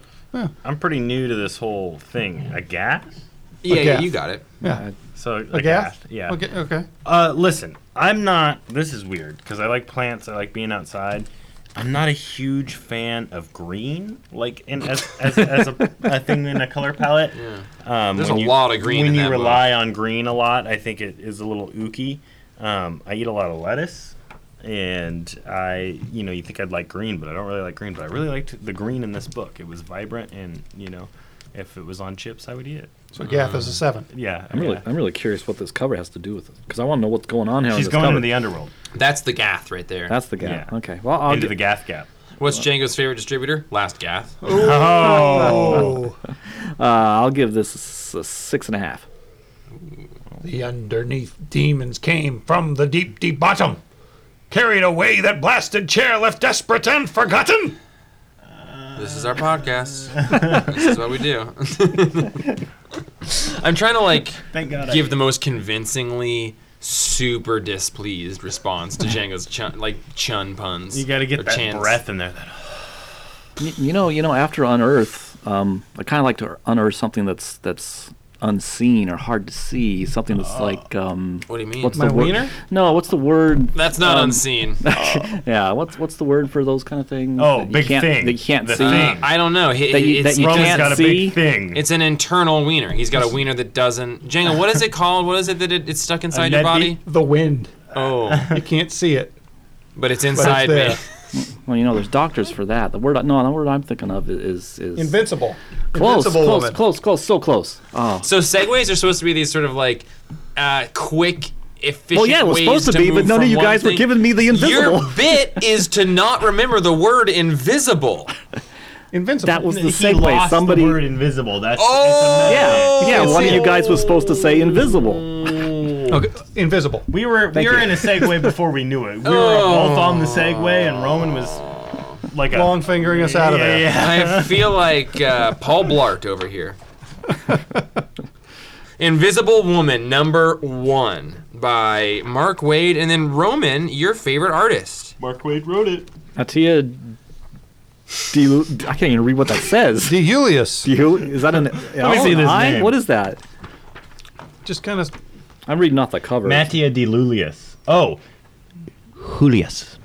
Speaker 6: I'm pretty new to this whole thing. A gat?
Speaker 1: Yeah, yeah,
Speaker 2: Gath.
Speaker 1: you got it.
Speaker 7: Uh,
Speaker 2: Yeah.
Speaker 6: So
Speaker 2: A Gath?
Speaker 6: gat? Yeah.
Speaker 2: Okay. Okay.
Speaker 6: Uh, listen, I'm not. This is weird because I like plants. I like being outside. I'm not a huge fan of green, like in as as, as a, a thing in a color palette.
Speaker 1: Yeah.
Speaker 6: Um,
Speaker 1: There's
Speaker 6: when
Speaker 1: a lot of green
Speaker 6: When
Speaker 1: in
Speaker 6: you
Speaker 1: that book.
Speaker 6: rely on green a lot, I think it is a little ooky. Um, I eat a lot of lettuce, and I, you know, you think I'd like green, but I don't really like green. But I really liked the green in this book. It was vibrant, and you know, if it was on chips, I would eat it.
Speaker 2: So Gath is a seven.
Speaker 6: Yeah,
Speaker 4: I'm really
Speaker 6: yeah.
Speaker 4: I'm really curious what this cover has to do with it because I want to know what's going on here. on
Speaker 6: She's
Speaker 4: this
Speaker 6: going
Speaker 4: cover.
Speaker 6: into the underworld,
Speaker 1: That's the Gath right there.
Speaker 4: That's the guy.
Speaker 6: Yeah.
Speaker 4: Okay. Well, I'll
Speaker 6: into
Speaker 4: get-
Speaker 6: the Gath Gap.
Speaker 1: What's Django's favorite distributor? Last Gath.
Speaker 2: Oh,
Speaker 4: Uh, I'll give this a six and a half.
Speaker 7: The underneath demons came from the deep, deep bottom. Carried away that blasted chair, left desperate and forgotten.
Speaker 1: This is our podcast. this is what we do. I'm trying to like
Speaker 6: Thank God.
Speaker 1: give the most convincingly super displeased response to Django's chun, like chun puns.
Speaker 6: You got to
Speaker 1: or
Speaker 6: get that
Speaker 1: chants.
Speaker 6: breath in there. That
Speaker 4: Y- You know, you know, after unearth, um, I kind of like to unearth something that's that's unseen or hard to see, something that's
Speaker 6: Oh.
Speaker 4: like um,
Speaker 1: What do you mean?
Speaker 4: what's
Speaker 2: My
Speaker 4: the word? Um,
Speaker 2: wiener?
Speaker 4: No, what's the word?
Speaker 1: That's not unseen.
Speaker 4: Yeah, what's what's the word for those kind of things?
Speaker 6: Oh,
Speaker 4: that you
Speaker 6: big
Speaker 4: can't-
Speaker 6: thing.
Speaker 4: That you can't
Speaker 6: The
Speaker 4: see.
Speaker 6: thing.
Speaker 1: I don't know. He,
Speaker 4: That you-
Speaker 1: it's,
Speaker 4: that you
Speaker 6: Roman's
Speaker 4: can't
Speaker 6: got a
Speaker 4: see?
Speaker 6: big thing.
Speaker 1: it's an internal wiener. He's got a wiener that doesn't. Django, what is it called? What is it that it, it's stuck inside your
Speaker 6: Yeti?
Speaker 1: body?
Speaker 2: the wind.
Speaker 1: Oh,
Speaker 2: You can't see it,
Speaker 1: but it's
Speaker 2: but it's
Speaker 1: inside
Speaker 2: there.
Speaker 1: me.
Speaker 4: Well, you know, there's doctors for that. The word, no, the word I'm thinking of is is
Speaker 2: Invincible.
Speaker 4: close,
Speaker 2: Invincible
Speaker 4: close,
Speaker 2: woman.
Speaker 4: close, close, so close. Oh,
Speaker 1: So segues are supposed to be these sort of like uh, quick, efficient.
Speaker 4: Well, yeah, it was
Speaker 1: ways
Speaker 4: supposed to
Speaker 1: to
Speaker 4: be, but
Speaker 1: move
Speaker 4: none of
Speaker 1: from
Speaker 4: you
Speaker 1: one
Speaker 4: guys were
Speaker 1: thing.
Speaker 4: giving me the invisible.
Speaker 1: Your bit is to not remember the word invisible.
Speaker 2: Invincible.
Speaker 4: that was the
Speaker 6: he
Speaker 4: segue.
Speaker 6: lost
Speaker 4: Somebody,
Speaker 6: the word invisible. That's
Speaker 1: Oh!
Speaker 6: it's a mess.
Speaker 4: yeah, yeah.
Speaker 1: Oh.
Speaker 4: One of you guys was supposed to say invisible.
Speaker 2: okay. Invisible.
Speaker 6: We were we
Speaker 4: Thank
Speaker 6: were
Speaker 4: you.
Speaker 6: in a segue before we knew it. We were both on the segue, and Roman was like a
Speaker 2: Long fingering us out of
Speaker 6: yeah,
Speaker 2: there.
Speaker 6: yeah.
Speaker 1: I feel like uh, Paul Blart over here. Invisible Woman, number one, by Mark Wade, and then Roman, your favorite artist.
Speaker 6: Mark Wade wrote it.
Speaker 4: Atia Delu- I can't even read what that says.
Speaker 2: Deulius.
Speaker 4: Delu- is that an? Let
Speaker 6: see this name.
Speaker 4: What is that?
Speaker 2: Just kind of.
Speaker 4: I'm reading off the cover.
Speaker 6: Mattia Delulius. Oh,
Speaker 5: Julius.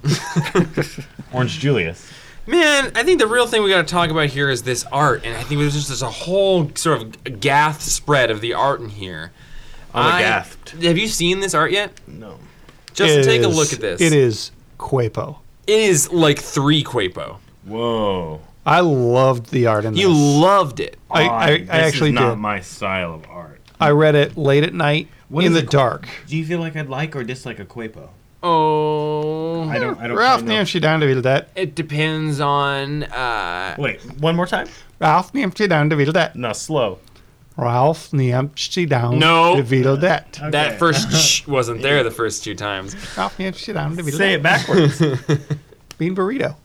Speaker 6: Orange Julius.
Speaker 1: Man, I think the real thing we got to talk about here is this art, and I think there's just there's a whole sort of gath spread of the art in here.
Speaker 6: I'm
Speaker 1: I-
Speaker 6: aghast.
Speaker 1: Have you seen this art yet?
Speaker 6: No.
Speaker 1: Just
Speaker 2: It
Speaker 1: take a
Speaker 2: is-
Speaker 1: look at this.
Speaker 2: It is Quapo.
Speaker 1: It is like three Quapo.
Speaker 6: Whoa.
Speaker 2: I loved the art in this.
Speaker 1: You loved it.
Speaker 2: I, I,
Speaker 6: this
Speaker 2: I actually
Speaker 6: is not
Speaker 2: did.
Speaker 6: my style of art.
Speaker 2: I read it late at night
Speaker 6: What
Speaker 2: in
Speaker 6: is
Speaker 2: the
Speaker 6: it-
Speaker 2: dark.
Speaker 6: Do you feel like I'd like or dislike a Quapo?
Speaker 1: Oh,
Speaker 6: I don't. I don't.
Speaker 2: Ralph
Speaker 6: know.
Speaker 2: Namshi down to that.
Speaker 1: it depends on. Uh,
Speaker 6: Wait, one more time.
Speaker 2: Ralph Namshi down to that.
Speaker 6: No, slow.
Speaker 2: Ralph Namshi down
Speaker 1: No.
Speaker 2: to that.
Speaker 6: Okay.
Speaker 1: That first sh wasn't there the first two times.
Speaker 2: Ralph Namshi down to
Speaker 6: Say
Speaker 2: that.
Speaker 6: it backwards.
Speaker 2: Bean burrito.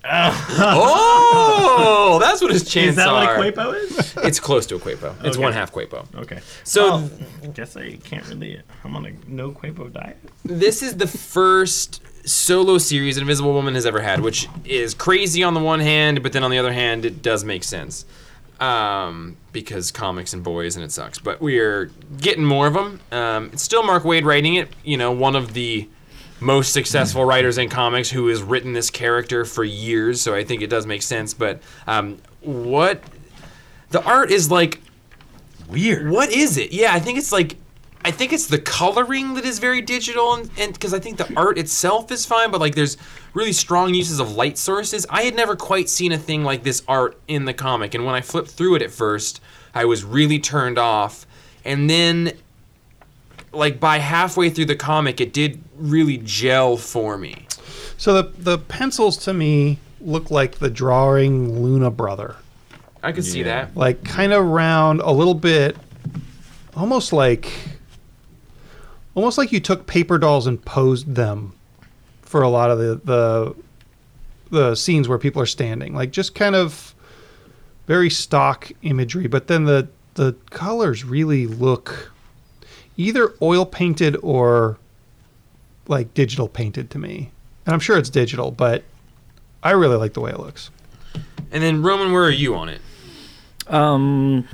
Speaker 1: Oh, that's what his chants
Speaker 6: is that
Speaker 1: are.
Speaker 6: what a Quapo is?
Speaker 1: It's close to a Quapo. It's
Speaker 6: Okay. Oh.
Speaker 1: one half Quapo.
Speaker 6: Okay.
Speaker 1: So
Speaker 6: I guess I can't really. I'm on a no Quapo diet.
Speaker 1: this is the first solo series Invisible Woman has ever had, which is crazy on the one hand, but then on the other hand, it does make sense. Um, because comics and boys and it sucks. But we're getting more of them. Um, it's still Mark Wade writing it, you know, one of the most successful writers in comics who has written this character for years, so I think it does make sense. But um, what the art is like
Speaker 6: Weird.
Speaker 1: what is it? Yeah, I think it's like, I think it's the coloring that is very digital, and and because I think the art itself is fine, but like there's really strong uses of light sources. I had never quite seen a thing like this art in the comic, and when I flipped through it at first, I was really turned off, and then. Like by halfway through the comic, it did really gel for me.
Speaker 2: So the, the pencils to me look like the drawing Luna brother.
Speaker 1: I could see that.
Speaker 2: like kind of round a little bit almost like almost like you took paper dolls and posed them for a lot of the the, the scenes where people are standing like just kind of very stock imagery but then the the colors really look either oil painted or like digital painted to me and i'm sure it's digital but i really like the way it looks
Speaker 1: And then Roman, where are you on it?
Speaker 4: Um,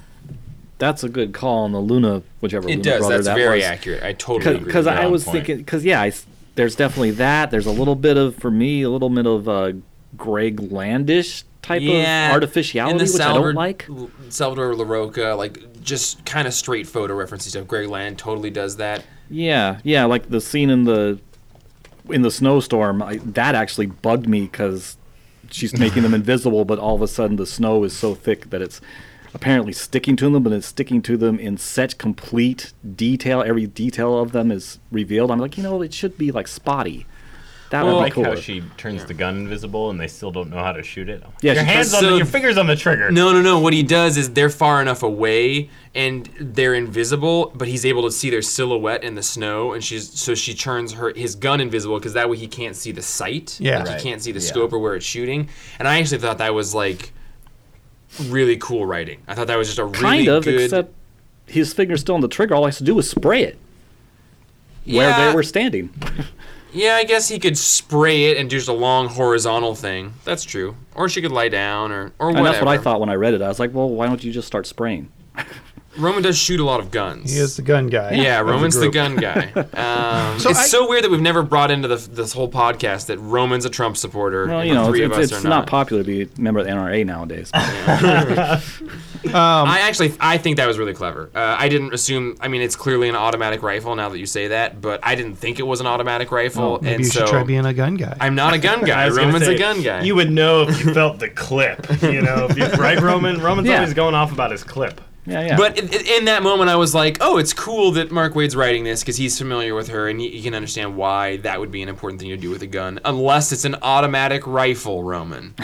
Speaker 4: that's a good call on the Luna, whichever.
Speaker 1: It
Speaker 4: Luna
Speaker 1: does.
Speaker 4: brother
Speaker 1: That's
Speaker 4: that
Speaker 1: very
Speaker 4: was.
Speaker 1: accurate. I totally agree.
Speaker 4: because
Speaker 1: with you
Speaker 4: I
Speaker 1: on
Speaker 4: was
Speaker 1: point.
Speaker 4: thinking because yeah, I s there's definitely that. There's a little bit of for me a little bit of uh, Greg Landish type of artificiality,
Speaker 1: and
Speaker 4: which I
Speaker 1: Salvador-
Speaker 4: don't like.
Speaker 1: L- Salvador LaRocca, like just kind of straight photo references of Greg Land totally does that.
Speaker 4: Yeah, yeah, like the scene in the in the snowstorm I, that actually bugged me because she's making them invisible, but all of a sudden the snow is so thick that it's apparently sticking to them, but it's sticking to them in such complete detail. Every detail of them is revealed. I'm like, you know, it should be like spotty. That
Speaker 6: I
Speaker 4: would be
Speaker 6: like how
Speaker 4: cool.
Speaker 6: she turns the gun invisible and they still don't know how to shoot it. I'm like,
Speaker 4: Yeah,
Speaker 6: your
Speaker 4: she-
Speaker 6: hands on
Speaker 1: so-
Speaker 6: the, your fingers on the trigger.
Speaker 1: No, no, no. What he does is they're far enough away and they're invisible, but he's able to see their silhouette in the snow, and she's so she turns her his gun invisible because that way he can't see the sight.
Speaker 2: Yeah.
Speaker 1: like,
Speaker 6: Right.
Speaker 1: he can't see the
Speaker 6: Yeah.
Speaker 1: scope or where it's shooting. And I actually thought that was like really cool writing. I thought that was just a really
Speaker 4: kind of,
Speaker 1: good.
Speaker 4: except his finger's still on the trigger. All I has to do is spray it where
Speaker 1: Yeah.
Speaker 4: they were standing.
Speaker 1: Yeah, I guess he could spray it and do just a long horizontal thing. That's true. Or she could lie down, or or whatever.
Speaker 4: And that's what I thought when I read it. I was like, well, why don't you just start spraying?
Speaker 1: Roman does shoot a lot of guns.
Speaker 2: he is the gun guy
Speaker 1: Yeah,
Speaker 2: of
Speaker 1: Roman's the,
Speaker 2: group.
Speaker 1: gun guy. Um,
Speaker 2: So
Speaker 1: it's
Speaker 2: I-
Speaker 1: so weird that we've never brought into the, this whole podcast that Roman's a Trump supporter.
Speaker 4: Well,
Speaker 1: and
Speaker 4: you
Speaker 1: the
Speaker 4: know,
Speaker 1: three
Speaker 4: it's,
Speaker 1: of us
Speaker 4: it's,
Speaker 1: are
Speaker 4: it's not popular to be a member of the NRA nowadays.
Speaker 1: I actually, I think that was really clever. Uh, I didn't assume. I mean, it's clearly an automatic rifle now that you say that, but I didn't think it was an automatic rifle,
Speaker 2: Maybe
Speaker 1: and
Speaker 2: you
Speaker 1: so
Speaker 2: should try being a gun guy.
Speaker 1: I'm not a gun guy.
Speaker 6: I was gonna
Speaker 1: Roman's
Speaker 6: say,
Speaker 1: a gun guy.
Speaker 6: You would know if you felt the clip. You know, if you, right, Roman? Roman's
Speaker 4: Yeah.
Speaker 6: always going off about his clip.
Speaker 4: yeah, yeah.
Speaker 1: But in, in that moment, I was like, "Oh, it's cool that Mark Wade's writing this because he's familiar with her, and he, he can understand why that would be an important thing to do with a gun, unless it's an automatic rifle, Roman."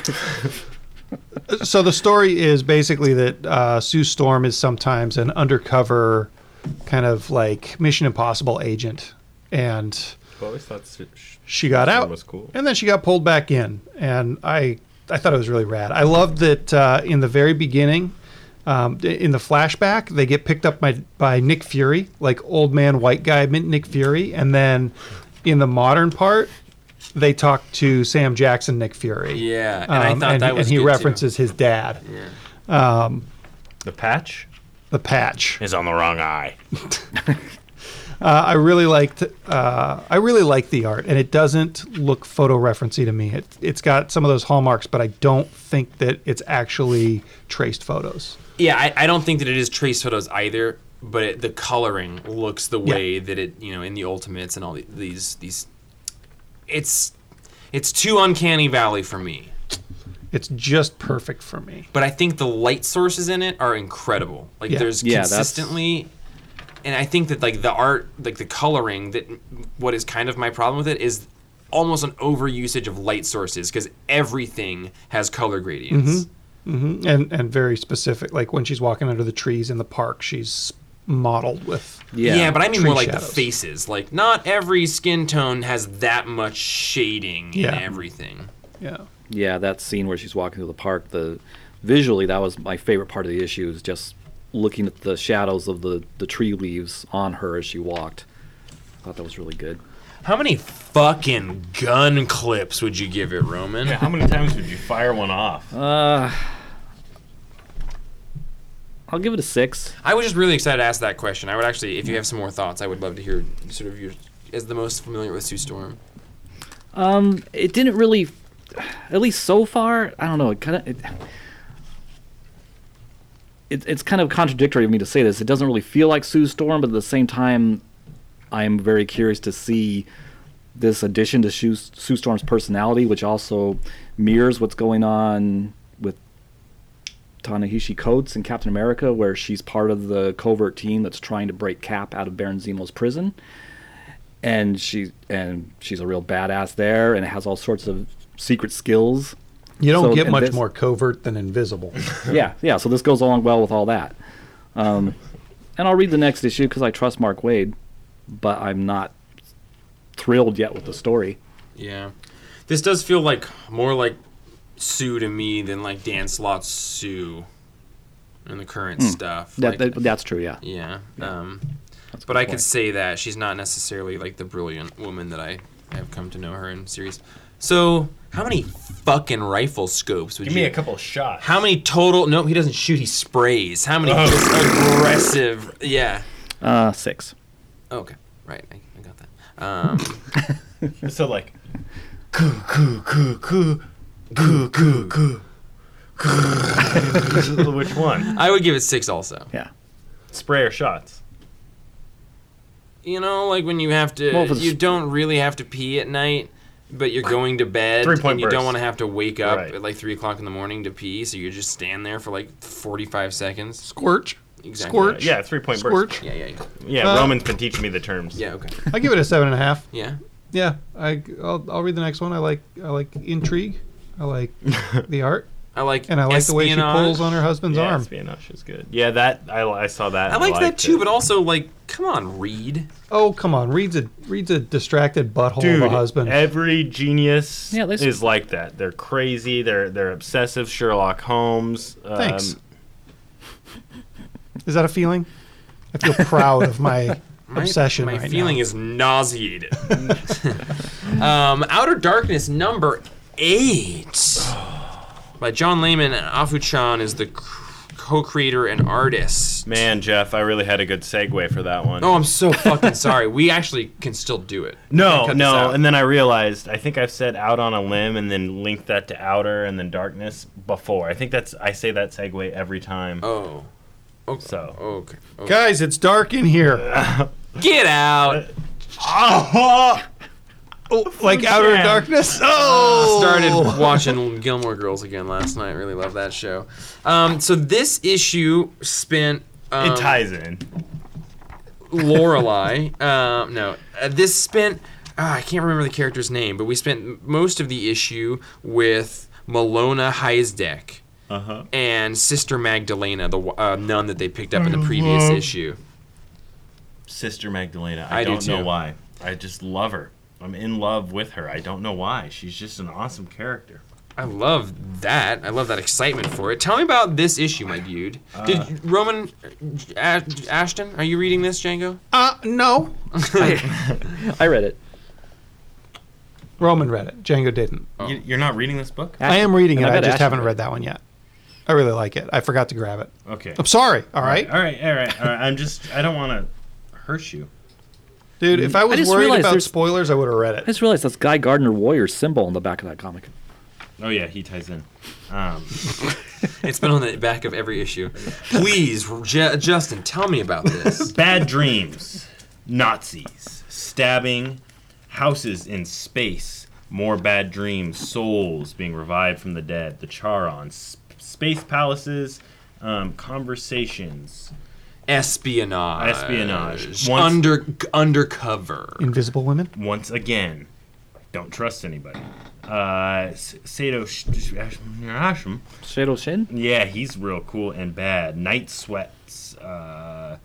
Speaker 2: so the story is basically that uh, Sue Storm is sometimes an undercover kind of like Mission Impossible agent, and
Speaker 6: I always thought sh- sh-
Speaker 2: she got out,
Speaker 6: was cool.
Speaker 2: and then she got pulled back in, and I I thought it was really rad. I loved that uh, in the very beginning. Um, d- in the flashback, they get picked up by, by Nick Fury, like old man white guy Nick Fury, and then in the modern part, they talk to Sam Jackson, Nick Fury.
Speaker 1: Yeah, and I
Speaker 2: Um,
Speaker 1: thought
Speaker 2: and,
Speaker 1: that
Speaker 2: he-
Speaker 1: was
Speaker 2: and he
Speaker 1: good, too.
Speaker 2: references his dad,
Speaker 6: The patch
Speaker 2: the patch.
Speaker 6: is on the wrong eye.
Speaker 2: Uh, I really liked. Uh, I really liked the art, and it doesn't look photo referencey to me. It, it's got some of those hallmarks, but I don't think that it's actually traced photos.
Speaker 1: Yeah, I, I don't think that it is trace photos either, but it, the coloring looks the way that it, you know, in the Ultimates and all the, these these. It's it's too uncanny valley for me,
Speaker 2: It's just perfect for me.
Speaker 1: but I think the light sources in it are incredible. Like
Speaker 2: Yeah.
Speaker 1: there's
Speaker 4: Yeah, that's-
Speaker 1: consistently. And I think that like the art, like the coloring, that what is kind of my problem with it is almost an overusage of light sources because everything has color gradients.
Speaker 2: Mm-hmm. and and very specific. Like when she's walking under the trees in the park, she's modeled with.
Speaker 1: Yeah, but I mean more
Speaker 2: Tree
Speaker 1: like
Speaker 2: shadows.
Speaker 1: the faces. Like not every skin tone has that much shading
Speaker 2: Yeah.
Speaker 1: in everything.
Speaker 2: Yeah,
Speaker 4: yeah, that scene where she's walking through the park, the visually that was my favorite part of the issue is just looking at the shadows of the, the tree leaves on her as she walked. I thought that was really good.
Speaker 1: How many fucking gun clips would you give it, Roman?
Speaker 6: How many times would you fire one off?
Speaker 4: Uh, I'll give it a six.
Speaker 1: I was just really excited to ask that question. I would actually, if you have some more thoughts, I would love to hear sort of your as the most familiar with Sue Storm.
Speaker 4: It didn't really, at least so far. I don't know. It kind of it, it, it's kind of contradictory of me to say this. It doesn't really feel like Sue Storm, but at the same time, I am very curious to see this addition to Sue, Sue Storm's personality, which also mirrors what's going on with Ta-Nehisi Coates and Captain America, where she's part of the covert team that's trying to break Cap out of Baron Zemo's prison, and she and she's a real badass there, and has all sorts of secret skills.
Speaker 2: you don't
Speaker 4: So,
Speaker 2: get
Speaker 4: and
Speaker 2: much
Speaker 4: this-
Speaker 2: more covert than invisible.
Speaker 4: yeah, yeah. So this goes along well with all that. Um, and I'll read the next issue because I trust Mark Wade, but I'm not thrilled yet with the story.
Speaker 1: Yeah, this does feel like more like Sue to me than like Dan Slott's Sue and the current stuff.
Speaker 4: Hmm. That,
Speaker 1: Like-
Speaker 4: that- that's true. Yeah.
Speaker 1: Yeah. Um,
Speaker 4: a
Speaker 1: but
Speaker 4: good
Speaker 1: I could
Speaker 4: point.
Speaker 1: say that she's not necessarily like the brilliant woman that I have come to know her in series. So, how many fucking rifle scopes would
Speaker 6: Give
Speaker 1: you?
Speaker 6: me a couple shots.
Speaker 1: how many total? Nope, he doesn't shoot. He sprays. How many just
Speaker 6: Oh.
Speaker 1: aggressive? Yeah.
Speaker 4: Uh, six.
Speaker 1: Okay. Right. I, I got that. Um,
Speaker 6: So like, coo coo coo coo coo coo coo. coo. Which one?
Speaker 1: I would give it six also.
Speaker 4: Yeah.
Speaker 6: Spray or shots?
Speaker 1: You know, like when you have to,
Speaker 4: Well, if it's-
Speaker 1: you don't really have to pee at night, but you're going to bed
Speaker 6: Three-point
Speaker 1: and you don't
Speaker 6: burst.
Speaker 1: want to have to wake up
Speaker 6: Right.
Speaker 1: at like three o'clock in the morning to pee, so you just stand there for like forty-five seconds.
Speaker 2: Scorch,
Speaker 1: Exactly.
Speaker 2: scorch,
Speaker 6: Yeah, three point burst.
Speaker 2: scorch.
Speaker 1: Yeah, yeah, yeah.
Speaker 6: Yeah,
Speaker 2: Uh,
Speaker 6: Roman's been teaching me the terms.
Speaker 1: Yeah, okay.
Speaker 2: I give it a seven and a half.
Speaker 1: Yeah.
Speaker 2: Yeah, I I'll, I'll read the next one. I like I like intrigue. I like the art,
Speaker 1: I like
Speaker 2: and I like the way she
Speaker 1: espionage.
Speaker 2: pulls on her husband's
Speaker 6: yeah
Speaker 2: arm.
Speaker 6: espionage is good. Yeah, that I, I saw that.
Speaker 1: I
Speaker 6: and
Speaker 1: like that
Speaker 6: liked
Speaker 1: too,
Speaker 6: it.
Speaker 1: but also like, come on, Reed.
Speaker 2: Oh come on, reads a reads a distracted butthole of
Speaker 6: Dude,
Speaker 2: a husband.
Speaker 6: every genius
Speaker 4: Yeah, there's-
Speaker 6: is like that. They're crazy. They're they're obsessive. Sherlock Holmes. Um,
Speaker 2: Thanks. Is that a feeling? I feel proud of my,
Speaker 1: My,
Speaker 2: obsession.
Speaker 1: My
Speaker 2: right
Speaker 1: feeling
Speaker 2: now.
Speaker 1: is nauseated. um, Outer Darkness number eight by John Layman and Afu Chan is the c- co-creator and artist.
Speaker 6: Man, Jeff, I really had a good segue for that one.
Speaker 1: Oh, I'm so fucking sorry. We actually can still do it.
Speaker 6: No,
Speaker 1: Cut this
Speaker 6: no.
Speaker 1: out.
Speaker 6: And then I realized I think I've said out on a limb and then linked that to outer and then darkness before. I think that's I say that segue every time.
Speaker 1: Oh.
Speaker 6: So
Speaker 1: Okay. okay.
Speaker 2: Guys, it's dark in here.
Speaker 1: Get out.
Speaker 2: Like outer
Speaker 6: Yeah.
Speaker 2: darkness. Oh,
Speaker 1: started watching Gilmore Girls again last night. Really love that show. Um, so this issue spent um,
Speaker 6: it ties in.
Speaker 1: Lorelai. Um, no, uh, this spent. ah, I can't remember the character's name, but we spent m- most of the issue with Malona Heisdeck and Sister Magdalena, the w- uh, nun that they picked up in the previous issue.
Speaker 6: Sister Magdalena.
Speaker 1: I
Speaker 6: I,
Speaker 1: do
Speaker 6: don't know
Speaker 1: too.
Speaker 6: why. I just love her. I'm in love with her. I don't know why. She's just an awesome character.
Speaker 1: I love that. I love that excitement for it. Tell me about this issue, my dude. Did Roman uh, Ashton? Are you reading this, Django?
Speaker 2: Uh, no.
Speaker 4: I read it.
Speaker 2: Roman read it. Django didn't.
Speaker 1: Oh.
Speaker 6: You, you're not reading this book?
Speaker 2: I am reading it.
Speaker 4: And I
Speaker 2: I,
Speaker 4: bet
Speaker 2: just
Speaker 4: Ashley
Speaker 2: haven't
Speaker 4: read
Speaker 2: read that one yet. I really like it. I forgot to grab it.
Speaker 6: Okay.
Speaker 2: I'm sorry. All right,
Speaker 6: All right, all right, all right. I'm just, I don't want to hurt you.
Speaker 2: dude. If I was
Speaker 4: just
Speaker 2: worried
Speaker 4: realized
Speaker 2: about
Speaker 4: there's-
Speaker 2: spoilers, I would have read
Speaker 4: I
Speaker 2: it.
Speaker 4: just realized that's Guy Gardner Warrior's symbol on the back of that comic.
Speaker 6: Oh, yeah, he ties in. Um,
Speaker 1: It's been on the back of every issue. Please, J- Justin, tell me about this.
Speaker 6: Bad dreams, Nazis, stabbing, houses in space, more bad dreams, souls being revived from the dead, the Charon, s- space palaces, um, conversations.
Speaker 1: Espionage.
Speaker 6: Espionage. Once-
Speaker 1: Under undercover.
Speaker 2: Invisible Women.
Speaker 6: Once again, don't trust anybody. Uh, S- Sato Sh- Sh- Ash- Ashim,
Speaker 4: Shadow Shin?
Speaker 6: yeah, he's real cool and bad. Night sweats, uh,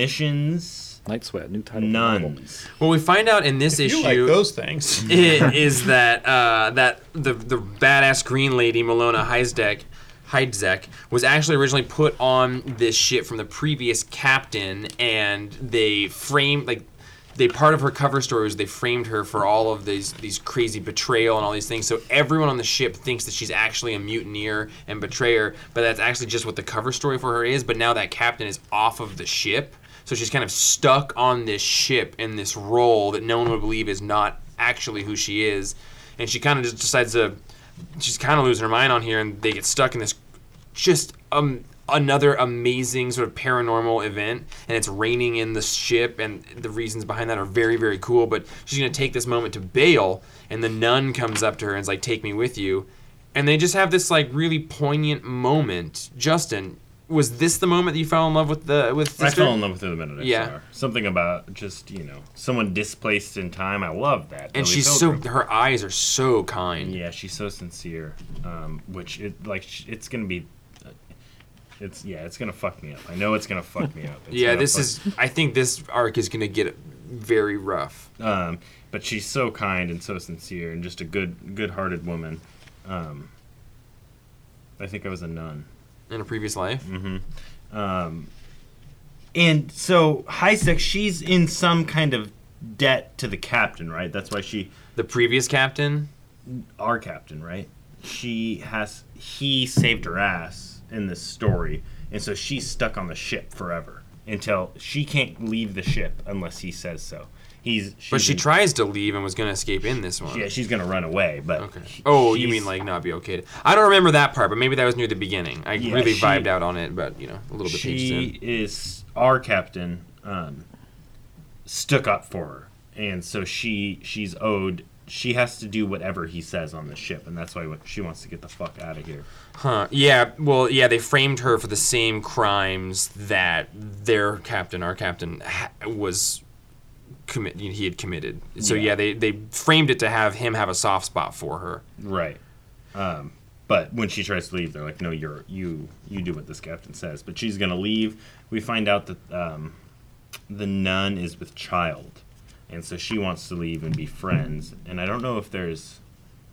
Speaker 6: missions,
Speaker 4: Night Sweat, new title.
Speaker 6: nuns.
Speaker 1: Well, we find out in this issue.
Speaker 2: You like those things?
Speaker 1: i- is that uh, that the the badass green lady Malona Heizdek Heidzek was actually originally put on this ship from the previous captain, and they framed like they part of her cover story was they framed her for all of these these crazy betrayal and all these things. So everyone on the ship thinks that she's actually a mutineer and betrayer, but that's actually just what the cover story for her is. But now that captain is off of the ship. So she's kind of stuck on this ship in this role that no one would believe is not actually who she is. And she kind of just decides to, she's kind of losing her mind on here, and they get stuck in this just um, another amazing sort of paranormal event. And it's raining in the ship, and the reasons behind that are very, very cool. But she's going to take this moment to bail, and the nun comes up to her and is like, Take me with you. And they just have this like really poignant moment. Justin, was this the moment that you fell in love with the with
Speaker 6: I
Speaker 1: sister?
Speaker 6: fell in love with her the minute I
Speaker 1: Yeah.
Speaker 6: saw her. Something about just you know someone displaced in time. I love that.
Speaker 1: and
Speaker 6: Lily
Speaker 1: she's
Speaker 6: Pilgrim.
Speaker 1: so her eyes are so kind.
Speaker 6: yeah, she's so sincere. Um, which it like sh- it's gonna be, uh, it's yeah, it's gonna fuck me up. I know it's gonna fuck me up. It's
Speaker 1: yeah,
Speaker 6: gonna
Speaker 1: this
Speaker 6: fuck-
Speaker 1: is. I think this arc is gonna get very rough.
Speaker 6: Um, but she's so kind and so sincere and just a good good-hearted woman. Um, I think I was a nun.
Speaker 1: In a previous life,
Speaker 6: Mm-hmm. Um, and so Heisek, she's in some kind of debt to the captain, right? That's why she
Speaker 1: the previous captain.
Speaker 6: our captain, right? She has he saved her ass in this story, and so she's stuck on the ship forever until she can't leave the ship unless he says so. He's she's
Speaker 1: But she
Speaker 6: in-
Speaker 1: tries to leave and was gonna escape in this one.
Speaker 6: Yeah, she's gonna run away, but
Speaker 1: Okay.
Speaker 6: he-
Speaker 1: Oh, you
Speaker 6: she's-
Speaker 1: mean like not be okay? to- I don't remember that part, but maybe that was near the beginning. I
Speaker 6: Yeah,
Speaker 1: really
Speaker 6: she-
Speaker 1: vibed out on it, but you know, a little bit pages
Speaker 6: she
Speaker 1: in.
Speaker 6: is our captain um, stuck up for her and so she she's owed she has to do whatever he says on the ship and that's why what- she wants to get the fuck out of here
Speaker 1: Huh? Yeah. Well, yeah. They framed her for the same crimes that their captain, our captain, ha- was commit. He had committed. So
Speaker 6: Yeah.
Speaker 1: yeah, they they framed it to have him have a soft spot for her.
Speaker 6: right um, but when she tries to leave they're like no you're you you do what this captain says but she's gonna leave we find out that um, the nun is with child and so she wants to leave and be friends and i don't know if there's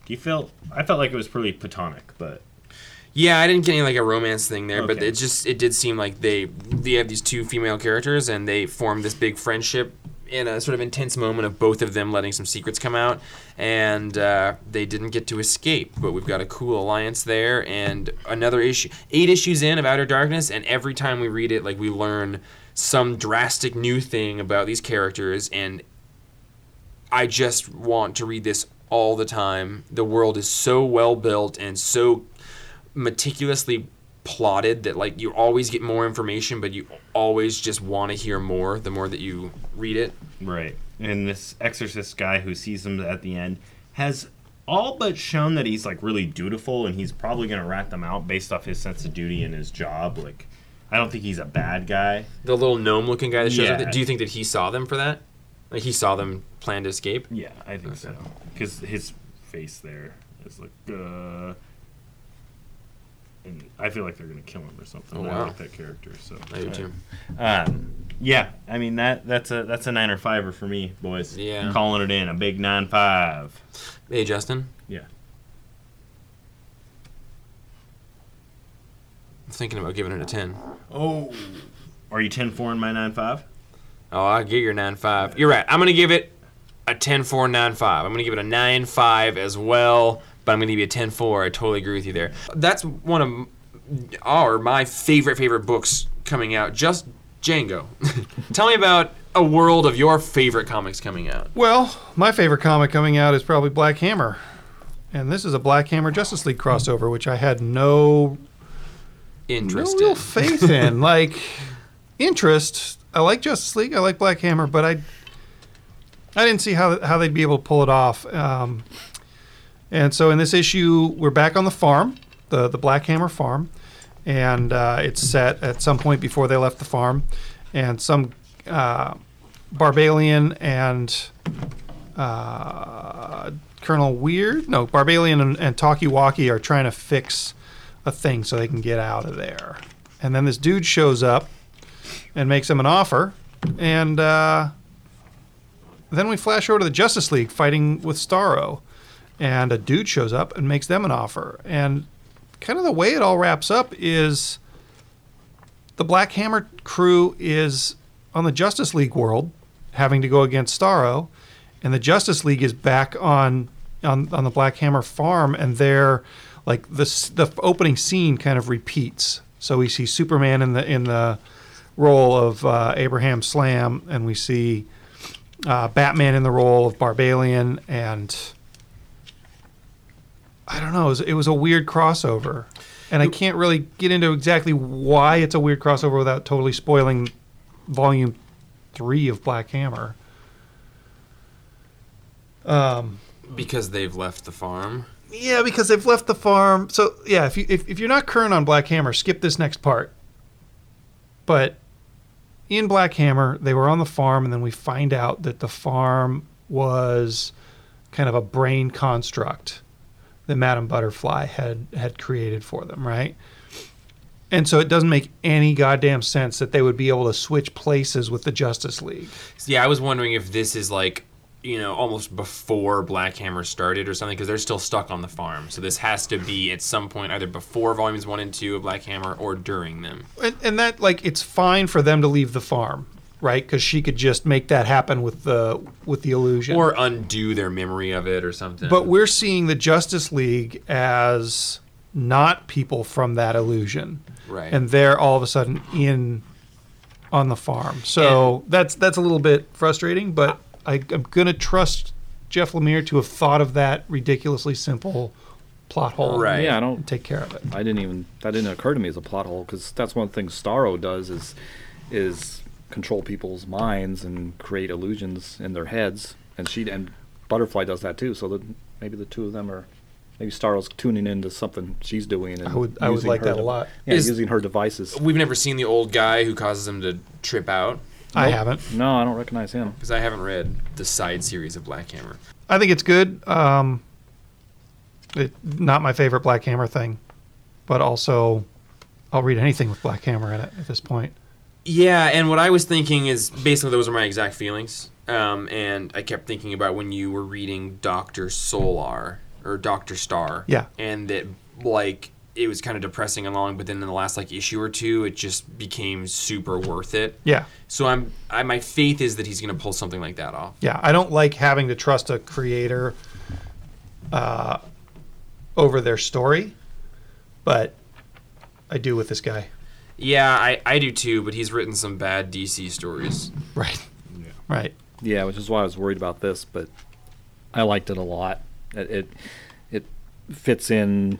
Speaker 6: do you feel i felt like it was pretty platonic but
Speaker 1: Yeah, I didn't get any like a romance thing there, but
Speaker 6: Okay.
Speaker 1: it just it did seem like they they have these two female characters and they form this big friendship in a sort of intense moment of both of them letting some secrets come out, and uh, they didn't get to escape. But we've got a cool alliance there and another issue, eight issues in of Outer Darkness, and every time we read it, like we learn some drastic new thing about these characters and I just want to read this all the time. The world is so well built and so meticulously plotted that like you always get more information, but you always just want to hear more the more that you read it.
Speaker 6: Right. And this exorcist guy who sees them at the end has all but shown that he's like really dutiful and he's probably going to rat them out based off his sense of duty and his job. Like, I don't think he's a bad guy.
Speaker 1: The little gnome looking guy that shows up.
Speaker 6: Yeah.
Speaker 1: Do you think that he saw them for that? Like he saw them plan to escape?
Speaker 6: Yeah, I think so. Because his face there is like, uh. And I feel like they're going to kill him or something.
Speaker 1: Oh,
Speaker 6: I
Speaker 1: wow.
Speaker 6: like that character. So.
Speaker 1: I do too.
Speaker 6: Um, yeah, I mean that that's a that's a nine or fiver for me, boys.
Speaker 1: Yeah.
Speaker 6: calling it in a big nine five.
Speaker 1: Hey Justin,
Speaker 6: Yeah.
Speaker 1: I'm thinking about giving it a ten.
Speaker 6: Oh. Are you 10 4 and my 9 5?
Speaker 1: Oh, I'll get your nine five. You're right. I'm gonna give it a 10 4 9 5. I'm going to give it a 9 5 as well, but I'm going to give you a 10 4. I totally agree with you there. That's one of m- our, my favorite, favorite books coming out. Just Django. Tell me about a world of your favorite comics coming out.
Speaker 2: Well, my favorite comic coming out is probably Black Hammer. And this is a Black Hammer Justice League crossover, which I had no no
Speaker 1: Interesting.
Speaker 2: real faith in. like interest. I like Justice League. I like Black Hammer, but I I didn't see how how they'd be able to pull it off. Um, and so in this issue, we're back on the farm, the the Black Hammer farm, and uh, it's set at some point before they left the farm, and some uh, Barbalian and. Uh, Colonel Weird, no, Barbalian and, and Talkie Walkie are trying to fix a thing so they can get out of there. And then this dude shows up and makes him an offer. And uh, then we flash over to the Justice League fighting with Starro. And a dude shows up and makes them an offer. And kind of the way it all wraps up is the Black Hammer crew is on the Justice League world having to go against Starro. And the Justice League is back on on, on the Black Hammer farm and they're like the s- the opening scene kind of repeats. So we see Superman in the in the role of uh, Abraham Slam, and we see uh, Batman in the role of Barbalian, and I don't know. It was, it was a weird crossover, and I can't really get into exactly why it's a weird crossover without totally spoiling volume three of Black Hammer. Um,
Speaker 1: Because they've left the farm.
Speaker 2: Yeah, because they've left the farm. So yeah, if you if, if you're not current on Black Hammer, skip this next part. But in Black Hammer, they were on the farm, and then we find out that the farm was kind of a brain construct that Madame Butterfly had had created for them, right? And so it doesn't make any goddamn sense that they would be able to switch places with the Justice League.
Speaker 1: Yeah, I was wondering if this is like, you know, almost before Black Hammer started or something, because they're still stuck on the farm. So this has to be at some point either before volumes one and two of Black Hammer or during them.
Speaker 2: and, and that like it's fine for them to leave the farm right because she could just make that happen with the with the illusion
Speaker 1: Or undo their memory of it or something.
Speaker 2: but we're seeing the justice league as not people from that illusion
Speaker 1: Right.
Speaker 2: and they're all of a sudden in on the farm so that's that's a little bit frustrating but I, i'm gonna trust jeff lemire to have thought of that ridiculously simple plot hole
Speaker 1: Right.
Speaker 4: Yeah, I
Speaker 2: and
Speaker 4: don't.
Speaker 2: take care of it
Speaker 4: I didn't even. That didn't occur to me as a plot hole because that's one thing Starro does is is control people's minds and create illusions in their heads, and she and Butterfly does that too. So that maybe the two of them are. Maybe Starro's tuning into something she's doing, and
Speaker 2: I would- I would
Speaker 4: using
Speaker 2: like
Speaker 4: her
Speaker 2: that a lot.
Speaker 4: Yeah,
Speaker 1: Is-
Speaker 4: using her devices.
Speaker 1: We've never seen the old guy who causes him to trip out
Speaker 2: i haven't
Speaker 4: No, I don't recognize him.
Speaker 1: because I haven't read the side series of Black Hammer.
Speaker 2: I think it's good. Um, it, not my favorite Black Hammer thing, but also I'll read anything with Black Hammer in it at this point.
Speaker 1: Yeah, and what I was thinking is basically those are my exact feelings. Um, and I kept thinking about when you were reading Doctor Solar or Doctor Star.
Speaker 2: Yeah.
Speaker 1: And that like it was kind of depressing and long, but then in the last like issue or two, it just became super worth it.
Speaker 2: Yeah,
Speaker 1: So I'm I my faith is that he's gonna pull something like that off.
Speaker 2: yeah. I don't like having to trust a creator uh, over their story, but I do with this guy.
Speaker 1: Yeah, I, I do too, but he's written some bad DC stories.
Speaker 2: Right. Right.
Speaker 4: Yeah, which is why I was worried about this, but I liked it a lot. It it, it fits in.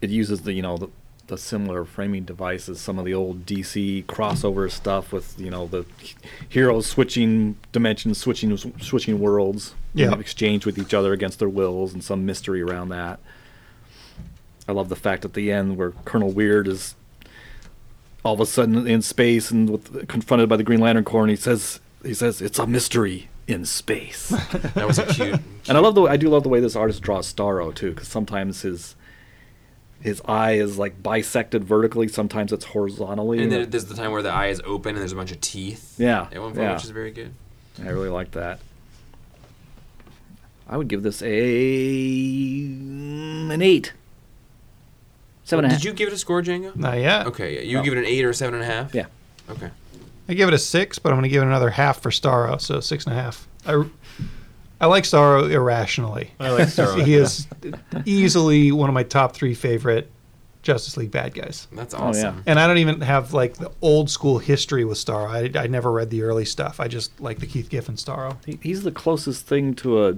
Speaker 4: It uses the you know the, the similar framing devices, some of the old DC crossover stuff with you know the h- heroes switching dimensions, switching switching worlds, in
Speaker 2: Yeah.
Speaker 4: exchange with each other against their wills, and some mystery around that. I love the fact at the end where Colonel Weird is all of a sudden in space and with, confronted by the Green Lantern Corps, and he says, "He says it's a mystery in space."
Speaker 1: That was a cute
Speaker 4: and I love the way, I do love the way this artist draws Starro too, because sometimes his his eye is like bisected vertically, sometimes it's horizontally.
Speaker 1: And then there's the time where the eye is open and there's a bunch of teeth.
Speaker 4: Yeah,
Speaker 1: At one point,
Speaker 4: yeah.
Speaker 1: which is very good.
Speaker 4: I really like that. I would give this a an eight, seven and a half.
Speaker 1: Did you give it a score, Django?
Speaker 2: Not yet.
Speaker 1: Okay, yeah. You
Speaker 4: No.
Speaker 1: give it an eight or seven and a half?
Speaker 4: Yeah.
Speaker 1: Okay.
Speaker 2: I give it a six, but I'm going to give it another half for Starro, so six and a half. I, I like Sorrow irrationally.
Speaker 6: I like Starro.
Speaker 2: he is easily one of my top three favorite Justice League bad guys.
Speaker 1: That's
Speaker 4: Oh, yeah.
Speaker 1: awesome.
Speaker 2: And I don't even have like the old school history with Starro. I, I never read the early stuff. I just like the Keith Giffen Starro.
Speaker 4: He- He's the closest thing to a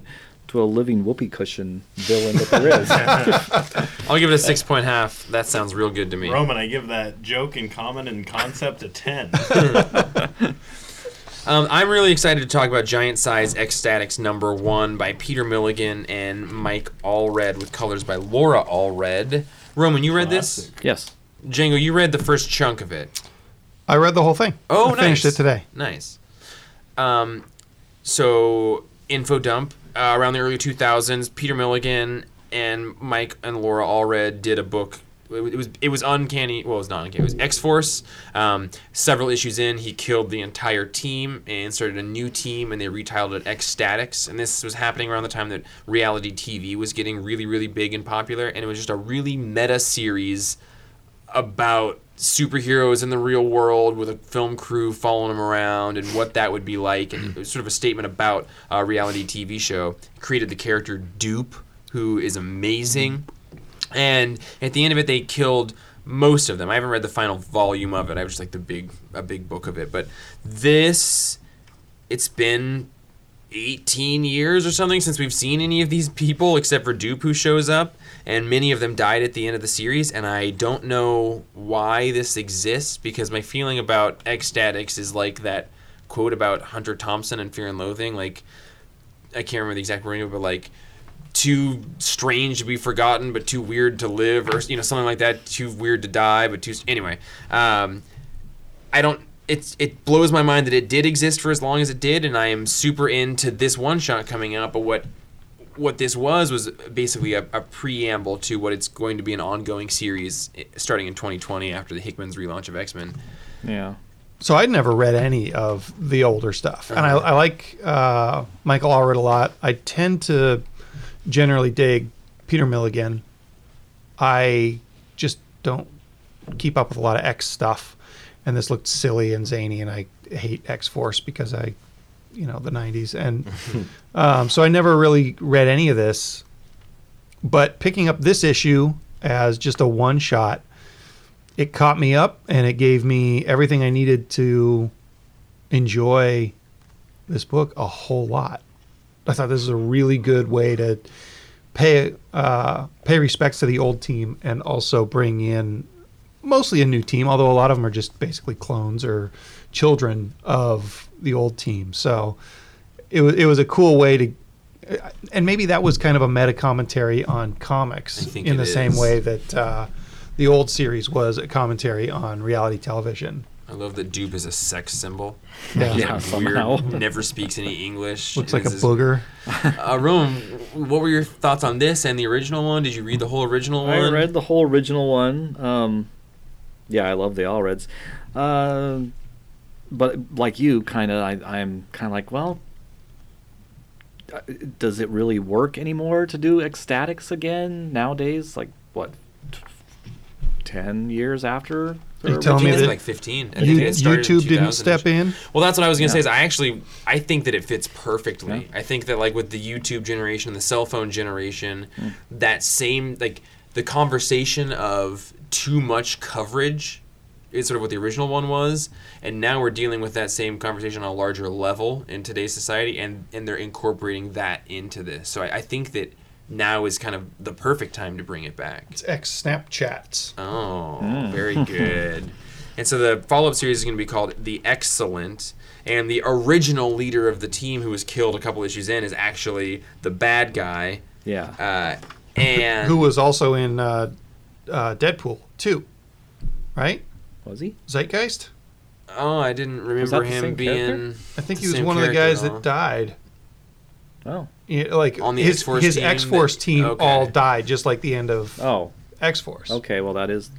Speaker 4: to a living whoopee cushion villain that there is.
Speaker 1: I'll give it a six point half. That sounds real good to me.
Speaker 6: Roman, I give that joke in common and concept a 10.
Speaker 1: Um, I'm really excited to talk about Giant Size Ecstatics Number One by Peter Milligan and Mike Allred with colors by Laura Allred. Roman, you read this?
Speaker 4: yes.
Speaker 1: Django, you read the first chunk of it.
Speaker 2: I read the whole thing.
Speaker 1: Oh,
Speaker 2: I finished
Speaker 1: nice.
Speaker 2: it today.
Speaker 1: Nice. Um, so info dump uh, around the early 2000s. Peter Milligan and Mike and Laura Allred did a book. It wa- it was it was uncanny. Well, it was not uncanny. It was X Force. Um, several issues in, he killed the entire team and started a new team, and they retitled it Ecstatics. And this was happening around the time that reality TV was getting really, really big and popular. And it was just a really meta series about superheroes in the real world with a film crew following them around and what that would be like and it was sort of a statement about a reality tv show created the character dupe who is amazing and at the end of it they killed most of them i haven't read the final volume of it i was just like the big a big book of it but this it's been 18 years or something since we've seen any of these people except for Dupe who shows up and many of them died at the end of the series and I don't know why this exists because my feeling about ecstatics is like that quote about Hunter Thompson and Fear and Loathing like I can't remember the exact wording of it but like too strange to be forgotten but too weird to live or you know something like that too weird to die but too anyway um I don't. It's it blows my mind that it did exist for as long as it did, and I am super into this one shot coming out. But what what this was was basically a, a preamble to what it's going to be an ongoing series eh, starting in 2020 after the Hickman's relaunch of X Men.
Speaker 4: Yeah.
Speaker 2: So I'd never read any of the older stuff, and I, I like uh, Michael Allred a lot. I tend to generally dig Peter Milligan. I just don't keep up with a lot of X stuff, and this looked silly and zany, and I hate X Force because I, you know, the '90s, and um, so I never really read any of this. But picking up this issue as just a one shot it caught me up and it gave me everything I needed to enjoy this book a whole lot. I thought this was a really good way to pay uh, pay respects to the old team and also bring in mostly a new team, although a lot of them are just basically clones or children of the old team. So it was it was a cool way to. And maybe that was kind of a meta commentary on
Speaker 1: I
Speaker 2: comics
Speaker 1: think
Speaker 2: in
Speaker 1: it
Speaker 2: the same
Speaker 1: is.
Speaker 2: way that uh, the old series was a commentary on reality television.
Speaker 1: I love that Dupe is a sex symbol.
Speaker 2: Yeah.
Speaker 1: He's,
Speaker 4: Yeah,
Speaker 1: like,
Speaker 4: somehow.
Speaker 1: weird, never speaks any English.
Speaker 2: Looks
Speaker 1: and
Speaker 2: like a
Speaker 1: is this-
Speaker 2: booger.
Speaker 1: Uh, Rome, what were your thoughts on this and the original one? Did you read the whole original one?
Speaker 4: I read the whole original one. Um, yeah, I love the all reds. Uh, but like you, kind of, I, I'm kind of like, well, uh, does it really work anymore to do ecstatics again nowadays? Like what, t- ten years after?
Speaker 2: Are you
Speaker 4: the
Speaker 2: telling me
Speaker 4: original?
Speaker 1: It's
Speaker 2: that
Speaker 1: like 15. I
Speaker 2: You-
Speaker 1: think it started in
Speaker 2: YouTube didn't
Speaker 1: 2000.
Speaker 2: step in.
Speaker 1: Well, that's what I was gonna say.
Speaker 4: Yeah.
Speaker 1: Is I actually I think that it fits perfectly. I think that like with the YouTube generation, the cell phone generation, that same like the conversation of too much coverage is sort of what the original one was, and now we're dealing with that same conversation on a larger level in today's society, and and they're incorporating that into this. So I, I think that now is kind of the perfect time to bring it back.
Speaker 2: It's X Snapchats.
Speaker 1: Oh,
Speaker 4: Mm.
Speaker 1: very good. and so the follow up series is going to be called The Excellent. And the original leader of the team who was killed a couple issues in is actually the bad guy.
Speaker 4: Yeah.
Speaker 1: Uh, and
Speaker 2: Who was also in uh, uh, Deadpool 2, right?
Speaker 4: was he?
Speaker 2: Zeitgeist?
Speaker 1: oh, I didn't remember
Speaker 4: that the
Speaker 1: him
Speaker 4: same
Speaker 1: being.
Speaker 2: I think he
Speaker 1: the
Speaker 2: was
Speaker 1: same
Speaker 2: one of the
Speaker 1: character
Speaker 2: guys
Speaker 1: and all.
Speaker 2: that died.
Speaker 4: Oh.
Speaker 2: Yeah, like
Speaker 1: On the
Speaker 2: his
Speaker 1: X-Force
Speaker 2: his
Speaker 1: team
Speaker 2: X Force
Speaker 1: that-
Speaker 2: team
Speaker 1: okay.
Speaker 2: all died, just like the end of
Speaker 4: Oh.
Speaker 2: X Force.
Speaker 4: Okay. Well, that is.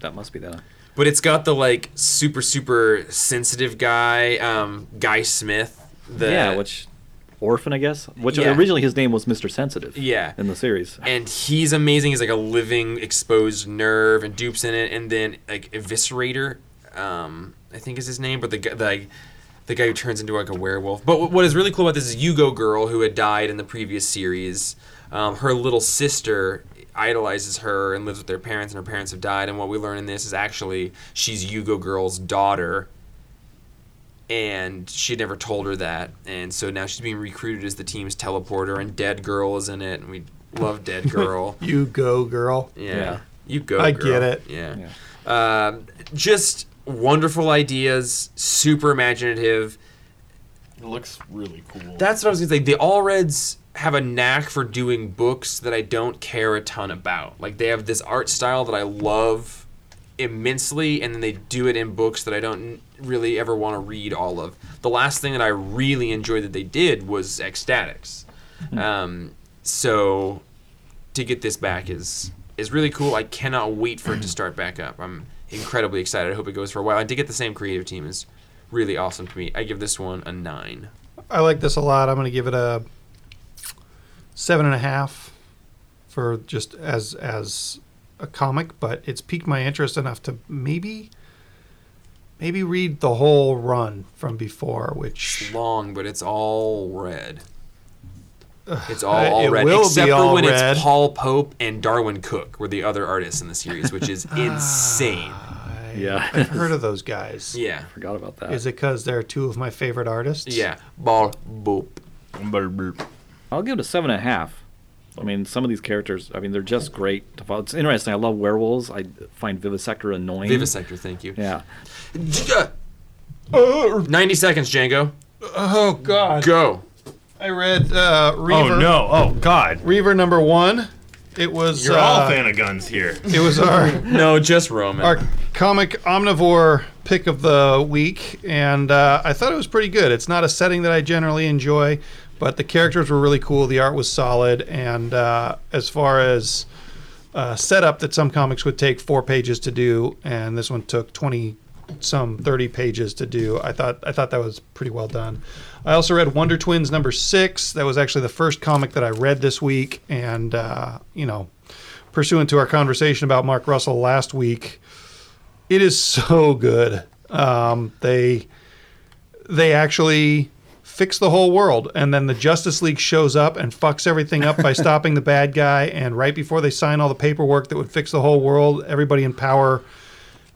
Speaker 4: That must be that.
Speaker 1: But it's got the like super super sensitive guy, um, Guy Smith. The,
Speaker 4: yeah. Which. Orphan, I guess. Which
Speaker 1: Yeah.
Speaker 4: originally his name was Mr. Sensitive.
Speaker 1: Yeah.
Speaker 4: In the series.
Speaker 1: and he's amazing. He's like a living exposed nerve, and dupes in it, and then like Eviscerator, um, I think is his name, but the gu- the like, the guy who turns into like a werewolf. But wh- what is really cool about this is Yugo Girl, who had died in the previous series. Um, her little sister idolizes her and lives with their parents, and her parents have died. And what we learn in this is actually she's Yugo Girl's daughter, and she had never told her that. And so now she's being recruited as the team's teleporter, and Dead Girl is in it, and we love Dead Girl.
Speaker 2: You go, girl.
Speaker 1: Yeah. You go.
Speaker 2: I
Speaker 1: girl.
Speaker 2: get it.
Speaker 1: Yeah. Um, just wonderful ideas, super imaginative.
Speaker 8: It looks really cool.
Speaker 1: That's what I was gonna say. The All Reds have a knack for doing books that I don't care a ton about. Like they have this art style that I love immensely, and then they do it in books that I don't really ever want to read all of. The last thing that I really enjoyed that they did was Ecstatics. Um, so to get this back is is really cool. I cannot wait for it to start back up. I'm incredibly excited. I hope it goes for a while. And to get the same creative team is really awesome to me. I give this one a nine.
Speaker 2: I like this a lot. I'm going to give it a seven and a half for just as as a comic, but it's piqued my interest enough to maybe maybe read the whole run from before, which
Speaker 1: long, but it's all red. It's all,
Speaker 2: Uh,
Speaker 1: all
Speaker 2: it
Speaker 1: red,
Speaker 2: will be
Speaker 1: except
Speaker 2: all
Speaker 1: for when
Speaker 2: red.
Speaker 1: it's Paul Pope and Darwin Cook were the other artists in the series, which
Speaker 2: Ah.
Speaker 1: is insane.
Speaker 2: I,
Speaker 4: Yeah.
Speaker 2: I've heard of those guys.
Speaker 1: Yeah,
Speaker 4: Forgot about that.
Speaker 2: Is it because they're two of my favorite artists?
Speaker 1: yeah, ball boop.
Speaker 4: I'll give it a seven and a half. I mean, some of these characters, I mean, they're just great. to follow. It's interesting. I love werewolves. I find Vivisector annoying.
Speaker 1: Vivisector, thank you.
Speaker 4: Yeah.
Speaker 1: Ninety seconds, Django.
Speaker 2: Oh God!
Speaker 1: Go.
Speaker 2: I read uh, Reaver.
Speaker 6: Oh no! Oh God!
Speaker 2: Reaver number one. It was
Speaker 6: You're
Speaker 2: uh,
Speaker 6: all fan of guns here.
Speaker 2: it was our
Speaker 1: No, just Roman.
Speaker 2: our comic omnivore pick of the week, and uh, I thought it was pretty good. It's not a setting that I generally enjoy, but the characters were really cool. The art was solid, and uh, as far as uh, setup that some comics would take four pages to do, and this one took twenty some 30 pages to do. I thought I thought that was pretty well done. I also read Wonder Twins number 6. That was actually the first comic that I read this week and uh, you know, pursuant to our conversation about Mark Russell last week, it is so good. Um, they they actually fix the whole world and then the Justice League shows up and fucks everything up by stopping the bad guy and right before they sign all the paperwork that would fix the whole world, everybody in power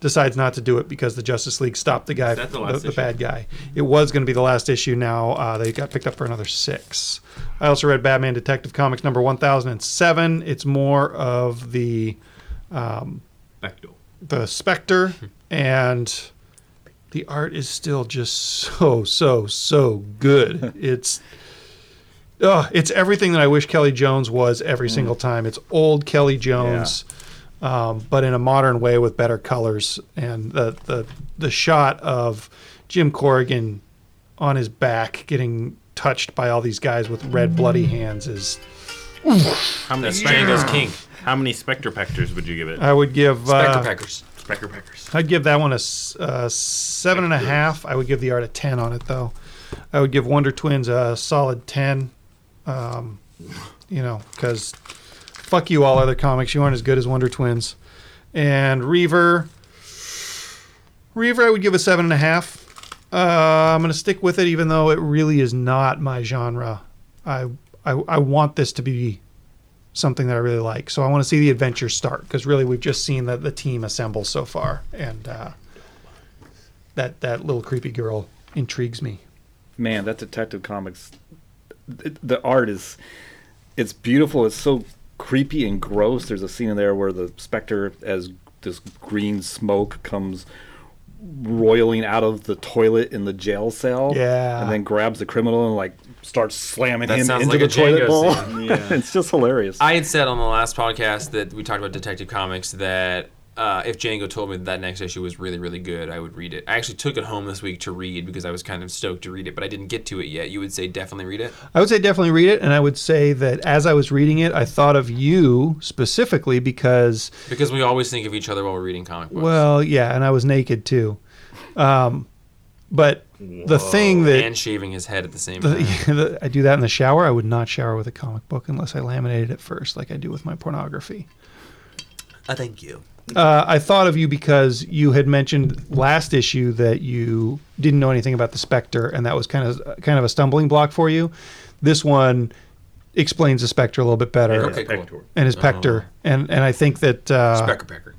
Speaker 2: decides not to do it because the Justice League stopped the guy,
Speaker 6: that the
Speaker 2: the,
Speaker 6: last
Speaker 2: the
Speaker 6: issue?
Speaker 2: bad guy. It was going to be the last issue. Now uh, they got picked up for another six. I also read Batman Detective Comics number one thousand and seven. It's more of the
Speaker 6: Bechdel.
Speaker 2: the Spectre, and the art is still just so so so good. It's oh, it's everything that I wish Kelly Jones was every single time. It's old Kelly Jones, um, but in a modern way with better colors and the the the shot of Jim Corrigan on his back getting touched by all these guys with red bloody hands is
Speaker 6: How many
Speaker 1: Django's king.
Speaker 6: How many Spectre Pectors would you give it?
Speaker 2: I would give
Speaker 1: Spectre
Speaker 2: uh,
Speaker 1: Packers.
Speaker 6: Spectre Peckers.
Speaker 2: I'd give that one a s- uh, seven and a half. I would give the art a ten on it though. I would give Wonder Twins a solid ten. Um, you know, because fuck you, all other comics. You aren't as good as Wonder Twins. And Reaver, Reaver, I would give a seven and a half. Uh, I'm gonna stick with it, even though it really is not my genre. I I, I want this to be something that I really like. So I want to see the adventure start because really we've just seen the, the team assemble so far, and uh, that that little creepy girl intrigues me.
Speaker 4: Man, that Detective Comics, th- the art is, it's beautiful. It's so creepy and gross. There's a scene in there where the Spectre, as this green smoke comes roiling out of the toilet in the jail cell.
Speaker 2: Yeah.
Speaker 4: And then grabs the criminal and like starts slamming
Speaker 1: That
Speaker 4: him
Speaker 1: sounds
Speaker 4: into
Speaker 1: like
Speaker 4: the
Speaker 1: a
Speaker 4: toilet
Speaker 1: Django
Speaker 4: bowl. it's just hilarious.
Speaker 1: I had said on the last podcast that we talked about Detective Comics that uh, if Django told me that, that next issue was really, really good, I would read it. I actually took it home this week to read because I was kind of stoked to read it, but I didn't get to it yet. You would say definitely read it?
Speaker 2: I would say definitely read it, and I would say that as I was reading it, I thought of you specifically because
Speaker 1: Because we always think of each other while we're reading comic books.
Speaker 2: well, yeah, and I was naked too. Um, but the thing that
Speaker 1: and shaving his head at the same time.
Speaker 2: the, I do that in the shower. I would not shower with a comic book unless I laminated it first, like I do with my pornography.
Speaker 9: I thank you.
Speaker 2: Uh, I thought of you because you had mentioned last issue that you didn't know anything about the Spectre, and that was kind of kind of a stumbling block for you. This one explains the Spectre a little bit better,
Speaker 1: Okay, Oh. cool.
Speaker 2: and his Pector, and and I think that uh,
Speaker 1: Specker Pecker.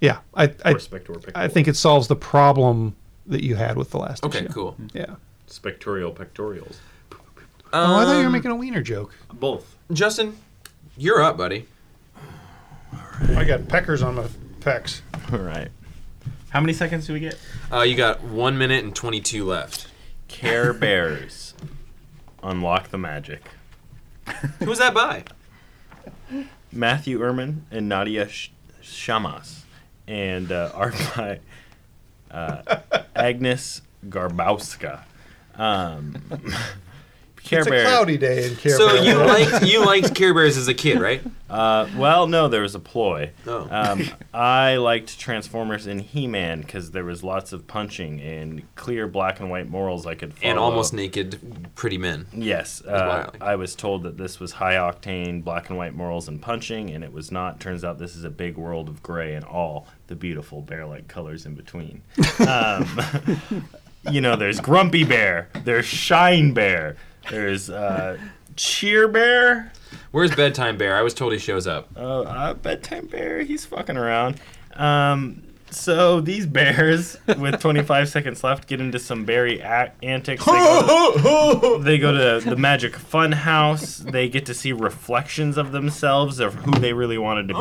Speaker 2: yeah, I I,
Speaker 6: Or Spector Pector.
Speaker 2: I think it solves the problem that you had with the last
Speaker 1: Okay,
Speaker 2: issue.
Speaker 1: cool.
Speaker 2: Yeah.
Speaker 6: Spectorial pectorials.
Speaker 2: Oh, I
Speaker 1: Um,
Speaker 2: thought you were making a wiener joke.
Speaker 6: Both.
Speaker 1: Justin, you're up, buddy.
Speaker 2: I got peckers on my pecs.
Speaker 6: All right.
Speaker 5: How many seconds do we get?
Speaker 1: Uh, you got one minute and 22 left.
Speaker 6: Care Bears. Unlock the magic.
Speaker 1: Who's that by?
Speaker 6: Matthew Ehrman and Nadia Sh- Shamas, and uh, art by uh, Agnes Garbowska. Um, Care
Speaker 2: It's a
Speaker 6: Bears.
Speaker 2: cloudy day in Care
Speaker 1: So
Speaker 2: Bears.
Speaker 1: you liked you liked Care Bears as a kid, right?
Speaker 6: Uh, well, no, there was a ploy.
Speaker 1: Oh.
Speaker 6: Um, I liked Transformers and He-Man because there was lots of punching and clear black and white morals I could follow.
Speaker 2: Uh,
Speaker 1: And almost naked pretty men.
Speaker 6: Yes,
Speaker 1: what I
Speaker 6: uh,
Speaker 1: liked.
Speaker 6: I was told that this was high octane black and white morals and punching, and it was not. Turns out this is a big world of gray and all the beautiful bear like colors in between. um, you know, there's Grumpy Bear, there's Shine Bear, there's uh, Cheer Bear.
Speaker 1: Where's Bedtime Bear? I was told he shows up.
Speaker 6: Oh, uh, bedtime bear. He's fucking around. Um, so these bears, with 25 seconds left, get into some berry a- antics. They go, to, they go to the Magic Fun House. They get to see reflections of themselves of who they really wanted to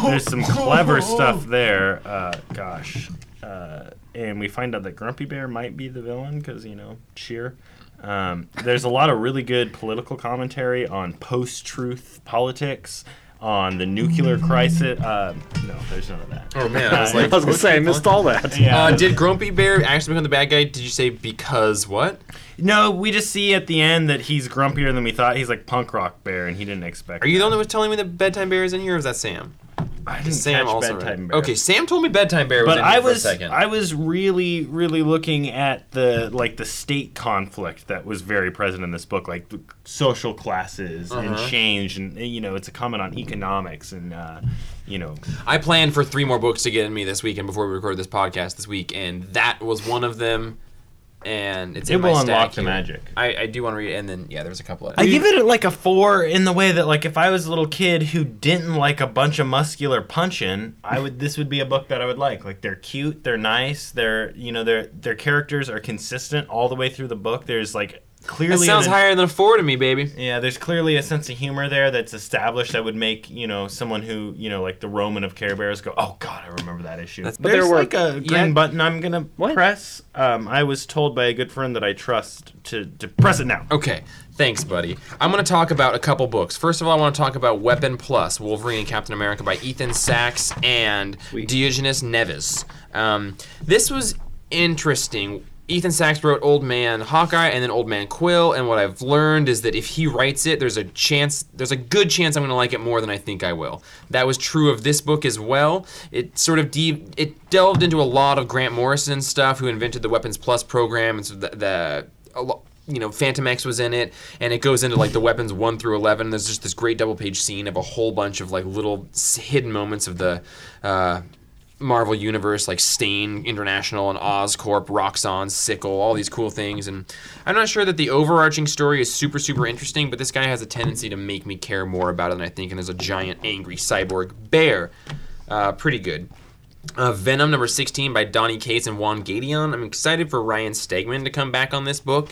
Speaker 6: be. There's some clever stuff there. Uh, gosh. Uh, and we find out that Grumpy Bear might be the villain because, you know, cheer. Um, there's a lot of really good political commentary on post-truth politics, on the nuclear crisis. Uh, no, there's none of that.
Speaker 1: Oh man, I was like,
Speaker 4: I was gonna say I missed all that.
Speaker 6: Yeah.
Speaker 1: uh, did Grumpy Bear actually become the bad guy? Did you say because what?
Speaker 6: no, we just see at the end that he's grumpier than we thought. He's like punk rock bear, and he didn't expect.
Speaker 1: Are you the only one telling me that Bedtime Bear is in here, or is that Sam?
Speaker 6: I didn't
Speaker 1: Sam
Speaker 6: catch
Speaker 1: also.
Speaker 6: bedtime
Speaker 1: read-
Speaker 6: bear.
Speaker 1: Okay, Sam told me Bedtime Bear was
Speaker 6: but
Speaker 1: in here
Speaker 6: I
Speaker 1: for a
Speaker 6: was
Speaker 1: second.
Speaker 6: I was really really looking at the like the state conflict that was very present in this book, like the social classes and change, and you know it's a comment on economics and uh, you know
Speaker 1: I planned for three more books to get in me this weekend before we recorded this podcast this week, and that was one of them. And it's
Speaker 6: it
Speaker 1: in my
Speaker 6: will
Speaker 1: stack
Speaker 6: unlock the
Speaker 1: here.
Speaker 6: magic.
Speaker 1: I, I do want to read it, and then yeah, there's a couple of.
Speaker 6: I give it like a four in the way that like if I was a little kid who didn't like a bunch of muscular punching, I would this would be a book that I would like. Like they're cute, they're nice, they're you know their their characters are consistent all the way through the book. There's like
Speaker 1: It
Speaker 6: clearly an
Speaker 1: sounds higher than a four to me, baby.
Speaker 6: Yeah, there's clearly a sense of humor there that's established that would make, you know, someone who, you know, like the Roman of Care Bears go, oh, God, I remember that issue.
Speaker 1: That's-
Speaker 6: but
Speaker 1: there's
Speaker 6: there's
Speaker 1: like
Speaker 6: like a green
Speaker 1: yeah.
Speaker 6: button I'm going to press. Um, I was told by a good friend that I trust to, to press it now.
Speaker 1: Okay, thanks, buddy. I'm going to talk about a couple books. First of all, I want to talk about Weapon Plus Wolverine and Captain America by Ethan Sachs and Diogenes Neves. Um, this was interesting. Ethan Sachs wrote Old Man Hawkeye and then Old Man Quill, and what I've learned is that if he writes it, there's a chance, there's a good chance I'm going to like it more than I think I will. That was true of this book as well. It sort of de- it delved into a lot of Grant Morrison stuff, who invented the Weapons Plus program and so the, the a lo- you know, Phantom X was in it, and it goes into like the weapons one through eleven. There's just this great double page scene of a whole bunch of like little s- hidden moments of the uh, Marvel universe, like Stain International and Oscorp, Roxxon, Sickle, all these cool things. And I'm not sure that the overarching story is super super interesting, but this guy has a tendency to make me care more about it than I think. And there's a giant angry cyborg bear, uh, pretty good. Uh, Venom number 16 by Donnie Cates and Juan Gadion. I'm excited for Ryan Stegman to come back on this book.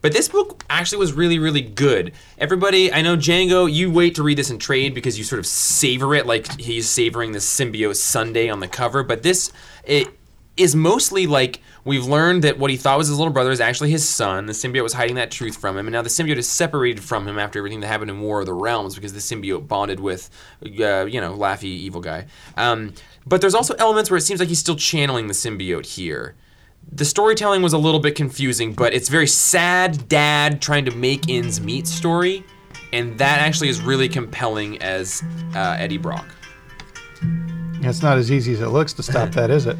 Speaker 1: But this book actually was really, really good. Everybody, I know Django, you wait to read this in trade because you sort of savor it like he's savoring the symbiote Sunday on the cover. But this, it is mostly like we've learned that what he thought was his little brother is actually his son. The symbiote was hiding that truth from him, and now the symbiote is separated from him after everything that happened in War of the Realms because the symbiote bonded with, uh, you know, Laffy, evil guy. Um, but there's also elements where it seems like he's still channeling the symbiote here. The storytelling was a little bit confusing, but it's very sad dad trying to make ends meet story, and that actually is really compelling as uh, Eddie Brock.
Speaker 2: it's not as easy as it looks to stop that, is it?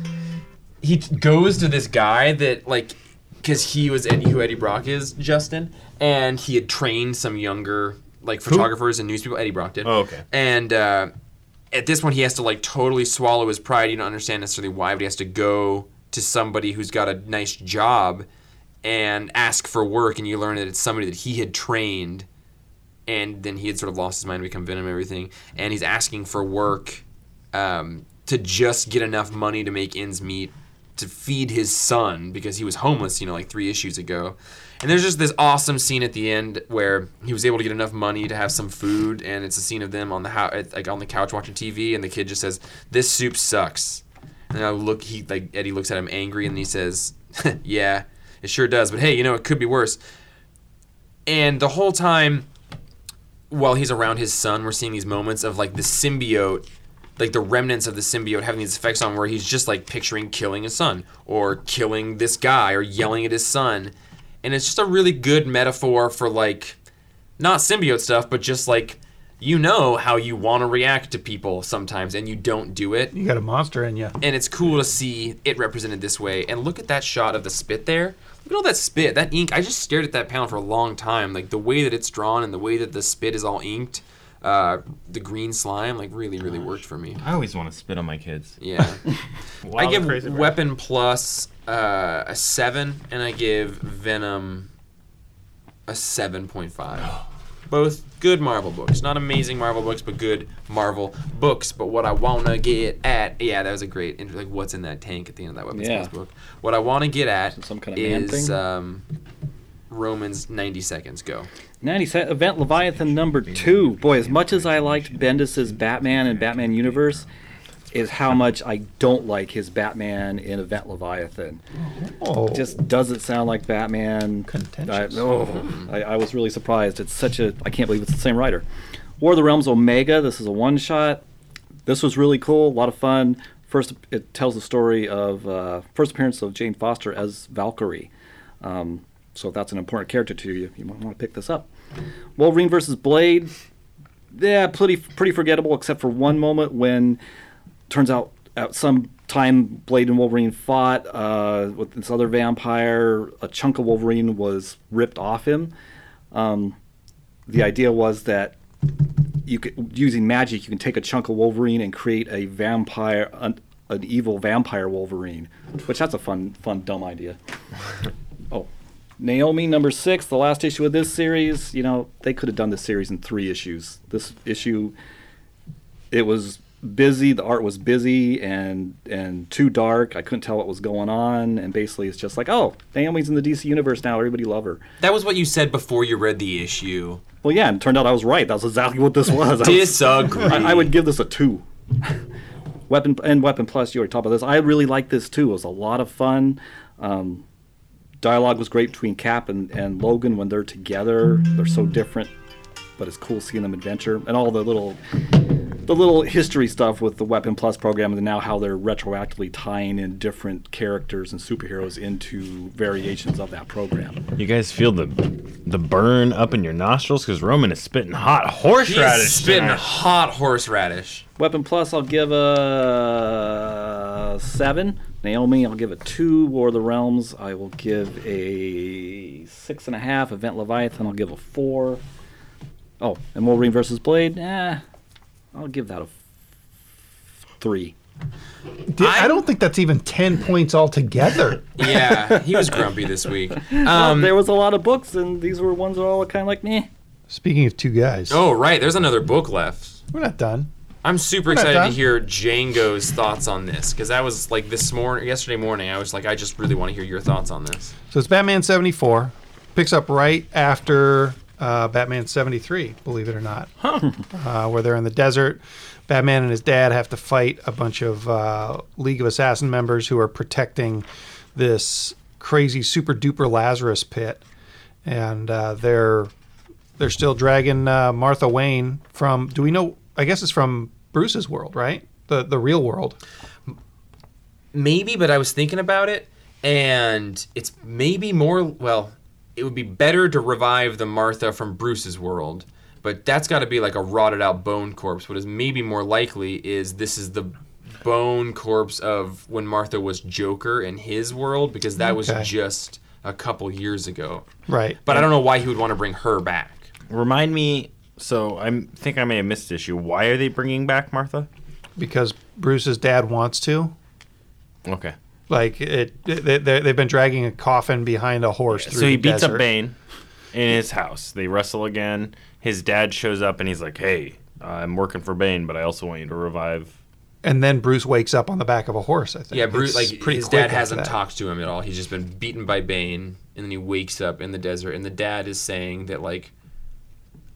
Speaker 1: he t- goes to this guy that like because he was Eddie, who Eddie Brock is, Justin, and he had trained some younger like photographers and newspeople. Eddie Brock did.
Speaker 6: Oh, okay.
Speaker 1: And uh, at this point he has to like totally swallow his pride. You don't understand necessarily why, but he has to go to somebody who's got a nice job and ask for work, and you learn that it's somebody that he had trained, and then he had sort of lost his mind, become Venom, and everything, and he's asking for work um, to just get enough money to make ends meet to feed his son because he was homeless, you know, like three issues ago. And there's just this awesome scene at the end where he was able to get enough money to have some food, and it's a scene of them on the ho- like on the couch watching TV, and the kid just says, "This soup sucks." And I look, he like Eddie looks at him angry, and he says, "Yeah, it sure does, but hey, you know, it could be worse." And the whole time, while he's around his son, we're seeing these moments of like the symbiote, like the remnants of the symbiote having these effects on where he's just like picturing killing his son or killing this guy or yelling at his son. And it's just a really good metaphor for like not symbiote stuff, but just like you know how you want to react to people sometimes and you don't do it
Speaker 2: You got a monster in you.
Speaker 1: and it's cool to see it represented this way. And look at that shot of the spit there. Look at all that spit, that ink. I just stared at that panel for a long time. Like the way that it's drawn and the way that the spit is all inked, uh, the green slime, like really, really worked for me.
Speaker 6: I always want to spit on my kids.
Speaker 1: Yeah, I
Speaker 6: Wild
Speaker 1: give
Speaker 6: and crazy, bro.
Speaker 1: Weapon Plus uh, a seven, and I give Venom a seven point five. Both good Marvel books, not amazing Marvel books, but good Marvel books. But what I wanna get at, yeah, that was a great intro. Like, what's in that tank at the end of that Weapon
Speaker 4: Yeah.
Speaker 1: Plus book? What I wanna get at
Speaker 4: Some kind of man
Speaker 1: is
Speaker 4: thing?
Speaker 1: um, Romans ninety seconds. Go.
Speaker 4: 97 Event Leviathan number two. Boy, as much as I liked Bendis's Batman and Batman Universe, is how much I don't like his Batman in Event Leviathan.
Speaker 2: Oh,
Speaker 4: Just doesn't sound like Batman. I,
Speaker 2: Contentious.
Speaker 4: oh, I, I was really surprised. It's such a. I can't believe it's the same writer. War of the Realms Omega. This is a one shot. This was really cool. A lot of fun. First, it tells the story of uh, first appearance of Jane Foster as Valkyrie. Um, so if that's an important character to you, you might want to pick this up. Wolverine versus Blade. Yeah, pretty pretty forgettable, except for one moment when turns out at some time Blade and Wolverine fought uh, with this other vampire. A chunk of Wolverine was ripped off him. Um, the idea was that you could, using magic, you can take a chunk of Wolverine and create a vampire, an, an evil vampire Wolverine, which that's a fun, fun, dumb idea. oh, Naomi number six, the last issue of this series. You know, they could have done this series in three issues. This issue, it was busy. The art was busy and and too dark. I couldn't tell what was going on. And basically, it's just like, oh, Naomi's in the DC universe now. Everybody love her.
Speaker 1: That was what you said before you read the issue.
Speaker 4: Well, yeah, and it turned out I was right. That's exactly what this was. I was-
Speaker 1: Disagree.
Speaker 4: I, I would give this a two. Weapon and Weapon Plus, you already talked about this. I really liked this too. It was a lot of fun. Um, dialogue was great between Cap and, and Logan when they're together. They're so different, but it's cool seeing them adventure and all the little the little history stuff with the Weapon Plus program and now how they're retroactively tying in different characters and superheroes into variations of that program.
Speaker 6: You guys feel the the burn up in your nostrils because Roman is spitting hot horseradish.
Speaker 1: He's spitting
Speaker 6: tonight.
Speaker 1: hot horseradish.
Speaker 4: Weapon Plus, I'll give a seven. Naomi, I'll give a two. War of the Realms, I will give a six and a half. Event Leviathan, I'll give a four. Oh, and Wolverine versus Blade, eh, I'll give that a f- three.
Speaker 2: Did- I don't think that's even 10 points altogether.
Speaker 1: Yeah, he was grumpy this week.
Speaker 4: Um, there was a lot of books, and these were ones that are all kind of like meh.
Speaker 2: Speaking of two guys,
Speaker 1: Oh, right. There's another book left.
Speaker 2: we're not done.
Speaker 1: I'm super
Speaker 2: Not
Speaker 1: excited to
Speaker 2: done.
Speaker 1: hear Django's thoughts on this because that was like this morning, yesterday morning. I was like, I just really want to hear your thoughts on this.
Speaker 2: So it's Batman 74. Picks up right after uh, Batman 73, believe it or not. Uh, where they're in the desert. Batman and his dad have to fight a bunch of uh, League of Assassin members who are protecting this crazy super duper Lazarus pit. And uh, they're they're still dragging uh, Martha Wayne from. Do we know? I guess it's from Bruce's world, right? The the real world.
Speaker 1: Maybe, but I was thinking about it, and it's maybe more. Well, it would be better to revive the Martha from Bruce's world, but that's got to be like a rotted out bone corpse. What is maybe more likely is this is the bone corpse of when Martha was Joker in his world because that
Speaker 2: Okay.
Speaker 1: was just a couple years ago.
Speaker 2: Right.
Speaker 1: But I don't know why he would want to bring her back.
Speaker 6: Remind me. So I think I may have missed issue. Why are they bringing back Martha?
Speaker 2: because Bruce's dad wants to.
Speaker 6: Okay.
Speaker 2: Like it, they, they, they've been dragging a coffin behind a horse. through
Speaker 6: So
Speaker 2: the
Speaker 6: he beats
Speaker 2: desert.
Speaker 6: up Bane in his house. They wrestle again. His dad shows up and he's like, "Hey, I'm working for Bane, but I also want you to revive."
Speaker 2: and then Bruce wakes up on the back of a horse. I think.
Speaker 1: Yeah, Bruce.
Speaker 2: It's
Speaker 1: Like
Speaker 2: pretty
Speaker 1: his
Speaker 2: quick
Speaker 1: dad
Speaker 2: after
Speaker 1: hasn't
Speaker 2: that.
Speaker 1: talked to him at all. He's just been beaten by Bane, and then he wakes up in the desert, and the dad is saying that like,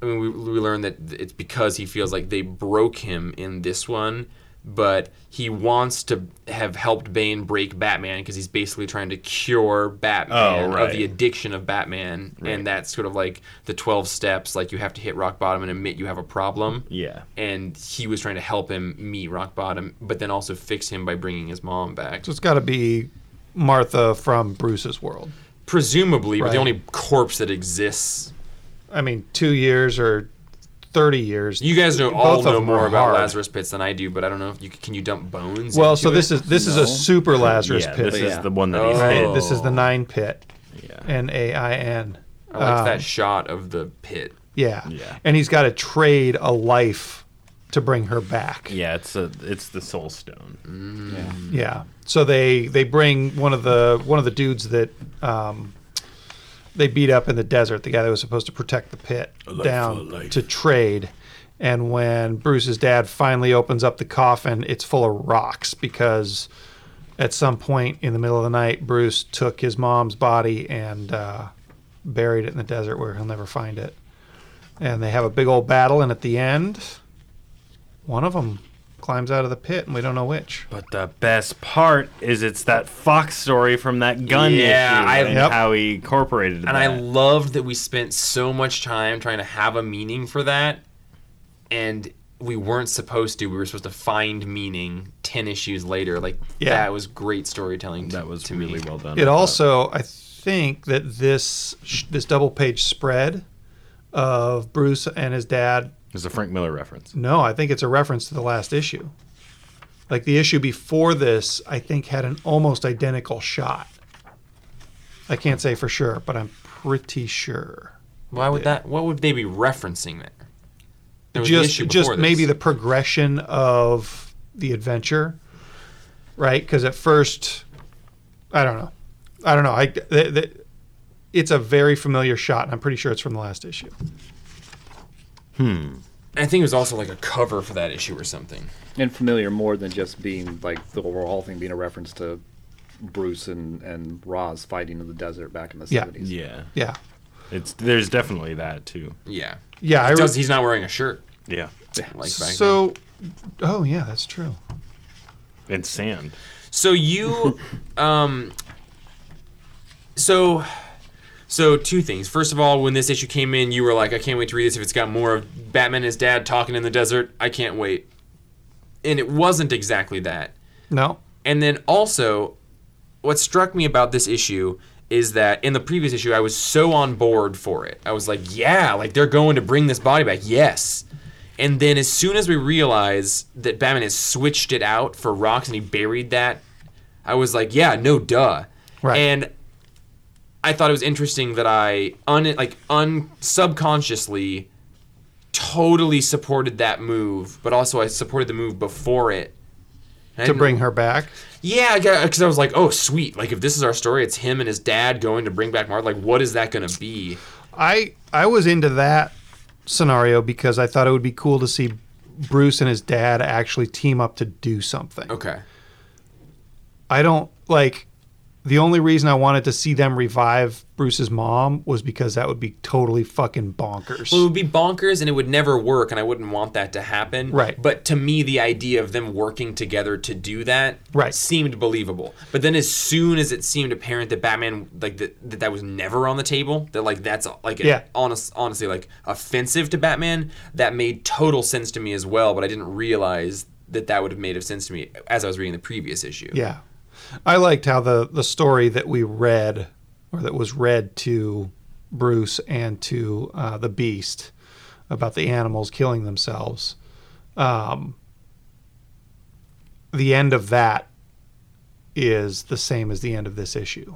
Speaker 1: I mean, we we learn that it's because he feels like they broke him in this one, but he wants to have helped Bane break Batman because he's basically trying to cure Batman
Speaker 6: Oh,
Speaker 1: of
Speaker 6: right.
Speaker 1: the addiction of Batman, and that's sort of like the twelve steps. Like you have to hit rock bottom and admit you have a problem
Speaker 6: Yeah.
Speaker 1: and he was trying to help him meet rock bottom, but then also fix him by bringing his mom back.
Speaker 2: So it's got to be Martha from Bruce's world.
Speaker 1: Presumably, but
Speaker 2: Right.
Speaker 1: the only corpse that exists.
Speaker 2: I mean, two years or thirty years.
Speaker 1: You guys know
Speaker 2: Both
Speaker 1: all
Speaker 2: of
Speaker 1: know
Speaker 2: them
Speaker 1: more
Speaker 2: are
Speaker 1: about
Speaker 2: hard.
Speaker 1: Lazarus pits than I do, but I don't know if you can you dump bones.
Speaker 2: well,
Speaker 1: into
Speaker 2: so this
Speaker 1: it?
Speaker 2: is this is a
Speaker 4: No.
Speaker 2: super Lazarus
Speaker 6: yeah,
Speaker 2: pit.
Speaker 6: this
Speaker 4: Yeah.
Speaker 6: is the one that he's
Speaker 1: Oh.
Speaker 6: hit.
Speaker 2: Uh, This is the nine pit.
Speaker 6: Yeah.
Speaker 2: N A I N.
Speaker 1: I like
Speaker 2: um,
Speaker 1: that shot of the pit.
Speaker 2: Yeah.
Speaker 6: Yeah.
Speaker 2: And he's got to trade a life to bring her back.
Speaker 6: Yeah, it's a, it's the Soul Stone.
Speaker 2: Yeah. So they they bring one of the one of the dudes that um, they beat up in the desert, the guy that was supposed to protect the pit down to trade. And when Bruce's dad finally opens up the coffin, it's full of rocks because at some point in the middle of the night, Bruce took his mom's body and uh, buried it in the desert where he'll never find it. And they have a big old battle, and at the end, one of them climbs out of the pit, and we don't know which.
Speaker 6: But the best part is it's that Fox story from that gun
Speaker 1: Yeah,
Speaker 6: issue
Speaker 1: I-
Speaker 6: and
Speaker 2: Yep.
Speaker 6: how he incorporated
Speaker 1: And I
Speaker 6: that.
Speaker 1: loved that we spent so much time trying to have a meaning for that, and we weren't supposed to. We were supposed to find meaning ten issues later. Like
Speaker 2: Yeah.
Speaker 1: that was great storytelling. To,
Speaker 6: that was
Speaker 1: to
Speaker 6: really
Speaker 1: me.
Speaker 6: well done.
Speaker 2: It also, I think that this sh- this double page spread of Bruce and his dad.
Speaker 6: It's a Frank Miller reference.
Speaker 2: No, I think it's a reference to the last issue. Like the issue before this, I think had an almost identical shot. I can't say for sure, but I'm pretty sure.
Speaker 1: Why would that? What would they be referencing there? There was the
Speaker 2: Just
Speaker 1: issue
Speaker 2: just
Speaker 1: before
Speaker 2: maybe
Speaker 1: this.
Speaker 2: the progression of the adventure, right? Because at first, I don't know, I don't know. I th- th- it's a very familiar shot, and I'm pretty sure it's from the last issue.
Speaker 1: I think it was also like a cover for that issue or something.
Speaker 4: and familiar more than just being like the overall thing being a reference to Bruce and and Roz fighting in the desert back in the
Speaker 2: Yeah.
Speaker 4: 70s.
Speaker 6: Yeah,
Speaker 2: Yeah,
Speaker 6: it's there's definitely that too.
Speaker 1: Yeah.
Speaker 2: yeah. I
Speaker 1: It
Speaker 2: re-
Speaker 1: does, he's not wearing a shirt.
Speaker 6: Yeah,
Speaker 1: Like back so,
Speaker 2: so, oh yeah, that's true.
Speaker 6: and sand.
Speaker 1: so you, um, so, so two things. First of all, when this issue came in, you were like, I can't wait to read this. If it's got more of Batman and his dad talking in the desert, I can't wait. And it wasn't exactly that.
Speaker 2: No,
Speaker 1: And then also, what struck me about this issue is that in the previous issue, I was so on board for it. I was like, yeah, like they're going to bring this body back. Yes. And then as soon as we realize that Batman has switched it out for rocks and he buried that, I was like, yeah, no duh.
Speaker 2: Right.
Speaker 1: And I thought it was interesting that I un like un subconsciously totally supported that move, but also I supported the move before it. And I
Speaker 2: to
Speaker 1: didn't
Speaker 2: bring her back.
Speaker 1: yeah, because I was like, oh, sweet. Like, if this is our story, it's him and his dad going to bring back Martha. Like, what is that going to be?
Speaker 2: I I was into that scenario because I thought it would be cool to see Bruce and his dad actually team up to do something.
Speaker 1: Okay.
Speaker 2: I don't like the only reason I wanted to see them revive Bruce's mom was because that would be totally fucking bonkers.
Speaker 1: Well, it would be bonkers and it would never work, and I wouldn't want that to happen.
Speaker 2: Right.
Speaker 1: But to me, the idea of them working together to do that
Speaker 2: Right.
Speaker 1: seemed believable. But then as soon as it seemed apparent that Batman, like, that that, that was never on the table, that, like, that's, like,
Speaker 2: Yeah.
Speaker 1: honest, honestly, like, offensive to Batman, that made total sense to me as well, but I didn't realize that that would have made sense to me as I was reading the previous issue.
Speaker 2: Yeah. I liked how the the story that we read or that was read to Bruce and to uh, the Beast about the animals killing themselves. Um, the end of that is the same as the end of this issue.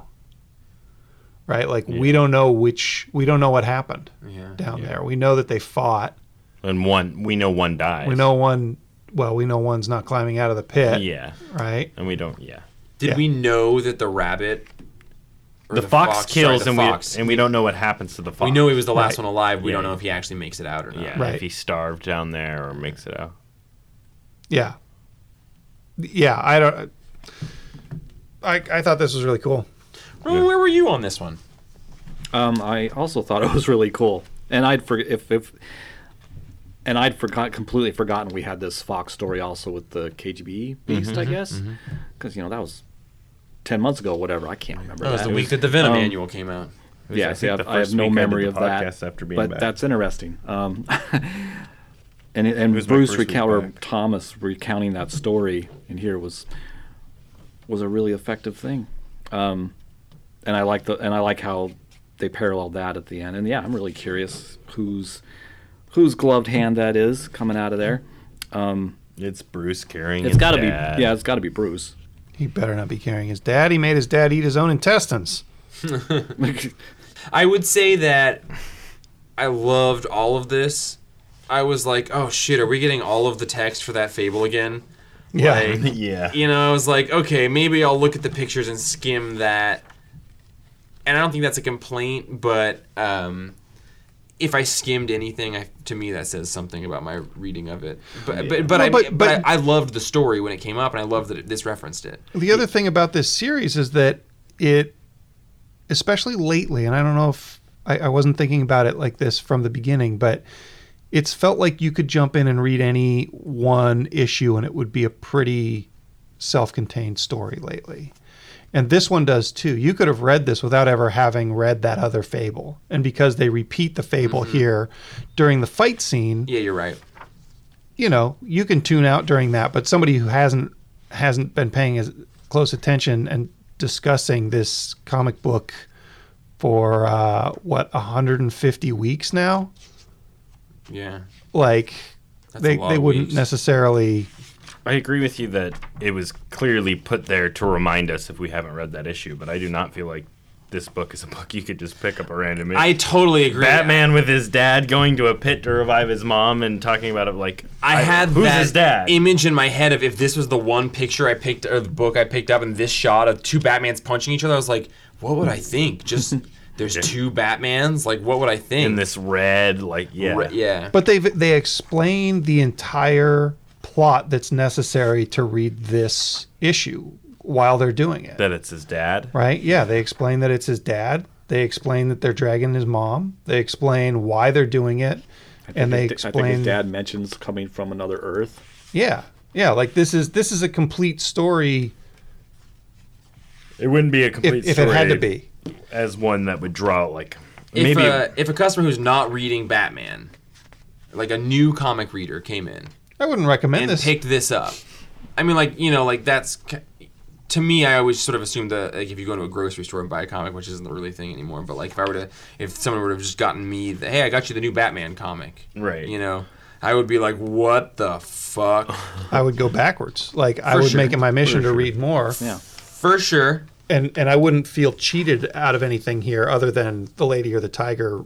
Speaker 2: Right? Like we don't know which we don't know what happened
Speaker 1: Yeah.
Speaker 2: down there. We know that they fought.
Speaker 6: And one, we know one dies.
Speaker 2: We know one well, we know one's not climbing out of the pit,
Speaker 6: Yeah,
Speaker 2: right?
Speaker 6: and we don't. Yeah,
Speaker 1: Did
Speaker 2: Yeah.
Speaker 1: we know that the rabbit? or
Speaker 6: the, fox,
Speaker 1: sorry,
Speaker 6: kills,
Speaker 1: the
Speaker 6: and
Speaker 1: fox.
Speaker 6: we and we don't know what happens to the fox.
Speaker 1: We know he was the last one alive. We
Speaker 6: Yeah,
Speaker 1: don't know
Speaker 6: yeah.
Speaker 1: if he actually makes it out or not.
Speaker 6: Yeah,
Speaker 2: Right.
Speaker 6: if he starved down there or makes it out.
Speaker 2: Yeah, yeah. I don't. I I thought this was really cool.
Speaker 1: Roman, where were you on this one?
Speaker 4: Um, I also thought it was really cool, and I'd for if if and I'd forgot completely forgotten we had this Fox story also with the KGB
Speaker 1: Mm-hmm,
Speaker 4: beast, I guess, because you know that was ten months ago, whatever. I can't remember.
Speaker 1: That was
Speaker 4: that.
Speaker 1: the week that the Venom
Speaker 4: um,
Speaker 1: Annual came out.
Speaker 6: was,
Speaker 4: yeah,
Speaker 6: I
Speaker 4: see,
Speaker 6: think,
Speaker 4: I've-
Speaker 6: the
Speaker 4: I have
Speaker 6: first
Speaker 4: no
Speaker 6: week I did
Speaker 4: memory
Speaker 6: the
Speaker 4: of that.
Speaker 6: podcast after being
Speaker 4: but
Speaker 6: back.
Speaker 4: that's interesting. Um, and it- and
Speaker 6: was my
Speaker 4: Bruce
Speaker 6: first week
Speaker 4: recount or
Speaker 6: back.
Speaker 4: Thomas recounting that story in here was was a really effective thing. Um, and I like the and I like how they paralleled that at the end. And yeah, I'm really curious whose whose gloved hand that is coming out of there.
Speaker 6: It's Bruce carrying.
Speaker 4: It's
Speaker 6: his
Speaker 4: got to be
Speaker 6: dad.
Speaker 4: yeah, it's got to be Bruce.
Speaker 2: He better not be carrying his dad. He made his dad eat his own intestines.
Speaker 1: I would say that I loved all of this. I was like, oh shit, are we getting all of the text for that fable again?
Speaker 2: Yeah.
Speaker 1: Like,
Speaker 6: yeah.
Speaker 1: you know, I was like, okay, maybe I'll look at the pictures and skim that. And I don't think that's a complaint, but um, if I skimmed anything, I, to me that says something about my reading of it. But but but,
Speaker 2: Well,
Speaker 1: I,
Speaker 2: but-
Speaker 1: but,
Speaker 2: but-
Speaker 1: I, I loved the story when it came up, and I loved that it, this referenced it.
Speaker 2: The other thing about this series is that it, especially lately, and I don't know if I, I wasn't thinking about it like this from the beginning, but it's felt like you could jump in and read any one issue and it would be a pretty self contained story lately. And this one does too. You could have read this without ever having read that other fable. And because they repeat the fable here during the fight scene,
Speaker 1: Yeah, you're right.
Speaker 2: you know you can tune out during that but somebody who hasn't hasn't been paying as close attention and discussing this comic book for uh, what 150 weeks now
Speaker 1: Yeah.
Speaker 2: like
Speaker 1: That's
Speaker 2: they,
Speaker 1: a lot
Speaker 2: they
Speaker 1: of
Speaker 2: wouldn't
Speaker 1: weeks.
Speaker 2: necessarily
Speaker 6: I agree with you that it was clearly put there to remind us if we haven't read that issue, but I do not feel like this book is a book you could just pick up a random issue.
Speaker 1: I totally agree.
Speaker 6: Batman with his dad going to a pit to revive his mom and talking about it like
Speaker 1: I had
Speaker 6: who's
Speaker 1: that
Speaker 6: his dad?
Speaker 1: image in my head of if this was the one picture I picked or the book I picked up and this shot of two Batmans punching each other, I was like, what would I think? Just there's two Batmans? Like what would I think?
Speaker 6: in this red like yeah.
Speaker 1: Re- yeah.
Speaker 2: but they've they explain the entire plot that's necessary to read this issue while they're doing it
Speaker 6: that it's his dad.
Speaker 2: right? Yeah, they explain that it's his dad. They explain that they're dragging his mom. They explain why they're doing it, and they
Speaker 4: I think- I think
Speaker 2: explain.
Speaker 4: his dad mentions coming from another Earth.
Speaker 2: Yeah, yeah. Like this is this is a complete story
Speaker 6: It wouldn't be a complete
Speaker 2: if, if
Speaker 6: story
Speaker 2: it had to be.
Speaker 6: as one that would draw like
Speaker 1: if, uh,
Speaker 6: maybe
Speaker 1: a, if a customer who's not reading Batman, like a new comic reader came in
Speaker 2: I wouldn't recommend
Speaker 1: and
Speaker 2: this.
Speaker 1: picked this up, I mean, like, you know, like that's. ki- To me, I always sort of assumed that like if you go into a grocery store and buy a comic, which isn't really a thing anymore, but like if I were to, if someone would have just gotten me, the, hey, I got you the new Batman comic,
Speaker 6: Right.
Speaker 1: You know, I would be like, what the fuck,
Speaker 2: I would go backwards. Like I
Speaker 1: For
Speaker 2: would
Speaker 1: sure.
Speaker 2: make it my mission to read more,
Speaker 4: Yeah.
Speaker 1: for sure.
Speaker 2: and and I wouldn't feel cheated out of anything here other than the lady or the tiger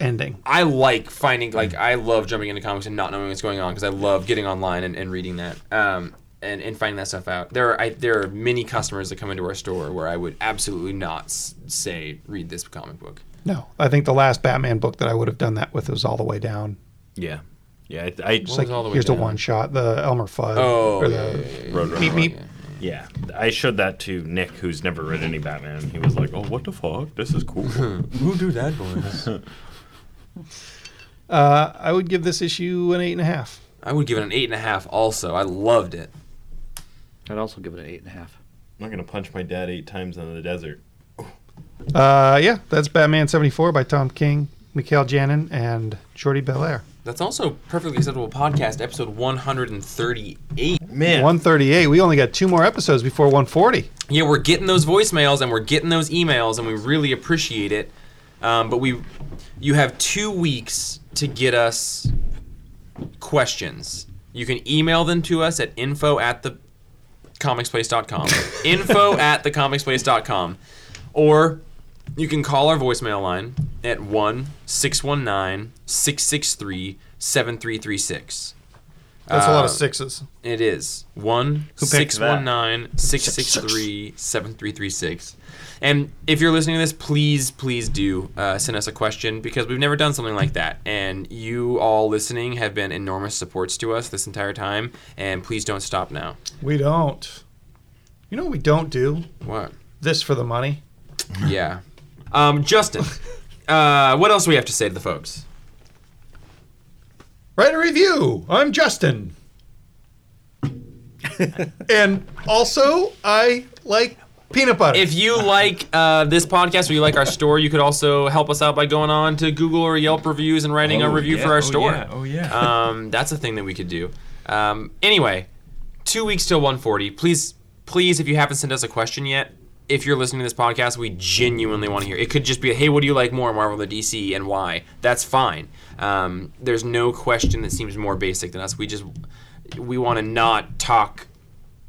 Speaker 2: ending.
Speaker 1: I like finding like I love jumping into comics and not knowing what's going on because I love getting online and, and reading that um, and and finding that stuff out. There are I, there are many customers that come into our store where I would absolutely not s- say read this comic book.
Speaker 2: No, I think the last Batman book that I would have done that with was all the way down.
Speaker 6: yeah. Yeah, I, I
Speaker 2: It's
Speaker 1: What
Speaker 2: like
Speaker 1: was All the Way
Speaker 2: here's the
Speaker 1: Down?
Speaker 2: one shot, the Elmer Fudd.
Speaker 1: Oh,
Speaker 2: or
Speaker 1: yeah, yeah,
Speaker 2: the-
Speaker 1: yeah, yeah.
Speaker 6: Roadrunner.
Speaker 2: Meep, meep.
Speaker 6: Yeah, I showed that to Nick, who's never read any Batman. He was like, "Oh, what the fuck? This is cool."
Speaker 1: Who do that voice?
Speaker 2: Uh, I would give this issue an eight and a half.
Speaker 1: I would give it an eight and a half. Also, I loved it.
Speaker 4: I'd also give it an eight and a half.
Speaker 6: I'm not gonna punch my dad eight times in the desert.
Speaker 2: Uh, yeah, that's Batman seventy four by Tom King, Mikhail Janin, and Jordi Belair.
Speaker 1: That's also perfectly acceptable podcast episode one hundred and thirty-eight.
Speaker 6: Man,
Speaker 2: One thirty eight. We only got two more episodes before one forty.
Speaker 1: Yeah, we're getting those voicemails and we're getting those emails, and we really appreciate it. Um, but we, you have two weeks to get us questions. You can email them to us at info at the comicsplace.com. info at the comicsplace.com. Or you can call our voicemail line at 1 619 663 7336.
Speaker 2: That's a lot of
Speaker 1: Uh,
Speaker 2: sixes.
Speaker 1: It is one
Speaker 6: picked
Speaker 1: six
Speaker 6: that?
Speaker 1: one nine six six three seven three three six. And if you're listening to this, please, please do uh, send us a question because we've never done something like that. And you all listening have been enormous supports to us this entire time. And please don't stop now.
Speaker 2: We don't. You know what we don't do?
Speaker 1: What?
Speaker 2: This for the money.
Speaker 1: Yeah. Um, Justin, uh, what else do we have to say to the folks?
Speaker 2: Write a review. I'm Justin. and also, I like peanut butter.
Speaker 1: If you like uh, this podcast or you like our store, you could also help us out by going on to Google or Yelp reviews and writing a review for our store.
Speaker 6: Oh yeah.
Speaker 1: um, that's a thing that we could do. Um, anyway, two weeks till 140. Please, please, if you haven't sent us a question yet, if you're listening to this podcast, we genuinely want to hear. It could just be, hey, what do you like more, Marvel or DC, and why? That's fine. Um, there's no question that seems more basic than us. We just we want to not talk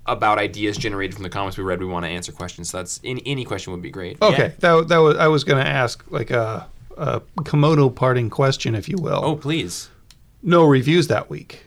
Speaker 1: about ideas generated from the comments we read. We want to answer questions. So that's any any question would be great.
Speaker 2: okay, that, that was I was going to ask like a, a Komodo parting question, if you will.
Speaker 1: Oh, please.
Speaker 2: No reviews that week.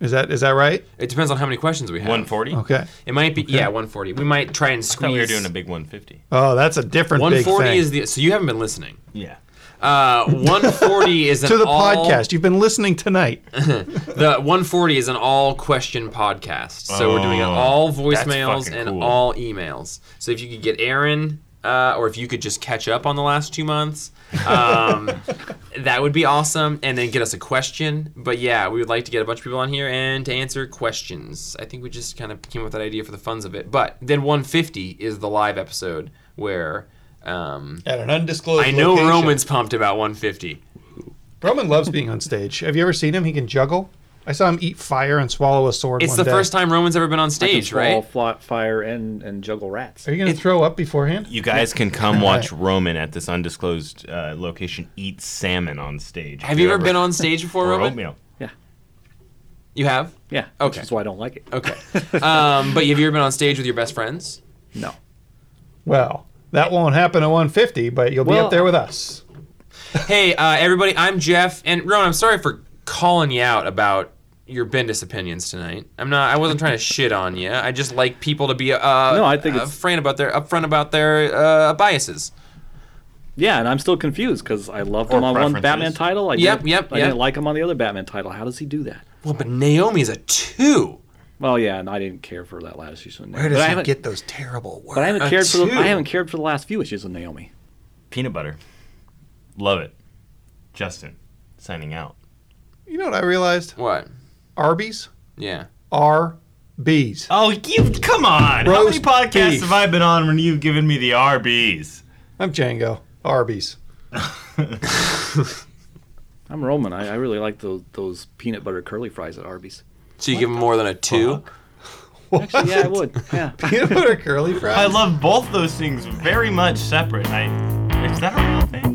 Speaker 2: Is that is that right?
Speaker 1: It depends on how many questions we have.
Speaker 6: 140.
Speaker 2: Okay.
Speaker 1: It might be yeah, 140. We might try and squeeze.
Speaker 6: Thought we were doing a big 150.
Speaker 2: Oh, that's a different big
Speaker 1: 140
Speaker 2: thing.
Speaker 1: is the so you haven't been listening.
Speaker 6: Yeah.
Speaker 1: Uh, 140 is an
Speaker 2: to the
Speaker 1: all,
Speaker 2: podcast. You've been listening tonight.
Speaker 1: The 140 is an all question podcast. So we're doing
Speaker 6: Oh,
Speaker 1: all
Speaker 6: that's
Speaker 1: voicemails
Speaker 6: fucking
Speaker 1: and
Speaker 6: cool.
Speaker 1: all emails. So if you could get Aaron, uh, or if you could just catch up on the last two months, um, that would be awesome. And then get us a question. But yeah, we would like to get a bunch of people on here and to answer questions. I think we just kind of came up with that idea for the funds of it. But then 150 is the live episode where. Um,
Speaker 2: At an undisclosed
Speaker 1: I know
Speaker 2: location.
Speaker 1: Roman's pumped about 150.
Speaker 2: Roman loves being on stage. Have you ever seen him? He can juggle. I saw him eat fire and swallow a sword.
Speaker 1: It's
Speaker 2: one
Speaker 1: the
Speaker 2: day.
Speaker 1: first time Roman's ever been on
Speaker 4: I can
Speaker 1: stage,
Speaker 4: swallow
Speaker 1: right?
Speaker 4: fly- fire and, and juggle rats.
Speaker 2: Are you going to throw up beforehand?
Speaker 6: You guys can come watch Roman at this undisclosed uh, location eat salmon on stage.
Speaker 1: Have you ever been on stage before,
Speaker 6: or
Speaker 1: Roman?
Speaker 6: oatmeal?
Speaker 1: You have?
Speaker 4: Yeah.
Speaker 1: Okay.
Speaker 4: Which is why I don't like
Speaker 2: Uh,
Speaker 4: it.
Speaker 1: Okay. um, but have you ever been on stage with your best friends?
Speaker 4: No.
Speaker 2: Well, that won't happen at 150, but you'll be
Speaker 4: Well,
Speaker 2: up there with us.
Speaker 1: Hey, uh, everybody, I'm Jeff. And Roman, I'm sorry for calling you out about your Bendis opinions tonight. I'm not, I wasn't trying to shit on you. I just like people to be, uh,
Speaker 4: No, I think it's-
Speaker 1: upfront about their, upfront about their, uh, biases.
Speaker 4: Yeah, and I'm still confused because I loved him
Speaker 6: Or
Speaker 4: on one
Speaker 6: preferences.
Speaker 4: Batman title. I
Speaker 1: Yep,
Speaker 4: didn't,
Speaker 1: yep,
Speaker 4: I
Speaker 1: yep.
Speaker 4: didn't like him on the other Batman title. How does he do that?
Speaker 1: Well, but Naomi's a two.
Speaker 4: Well, yeah, and I didn't care for that last issue. Of Naomi.
Speaker 2: Where
Speaker 4: but I
Speaker 2: does he
Speaker 4: haven't-
Speaker 2: get those terrible words?
Speaker 4: But I haven't
Speaker 1: A
Speaker 4: cared for the,
Speaker 1: two.
Speaker 4: I haven't cared for the last few issues of Naomi.
Speaker 6: Peanut butter. Love it. Justin, signing out.
Speaker 2: You know what I realized?
Speaker 1: What?
Speaker 2: Arby's
Speaker 1: Yeah.
Speaker 2: are bees.
Speaker 6: Oh, you come on!
Speaker 2: Roast
Speaker 6: How many podcasts
Speaker 2: beef.
Speaker 6: have I been on when you've given me the RBs?
Speaker 2: I'm Django. Arby's.
Speaker 4: I'm Roman. I, I really like those those peanut butter curly fries at Arby's.
Speaker 1: So you give him more than a
Speaker 4: Uh-huh.
Speaker 1: two?
Speaker 4: Actually, yeah, I would. Yeah.
Speaker 2: Peanut butter curly fries.
Speaker 6: I love both those things very much separate. I, is that a real thing?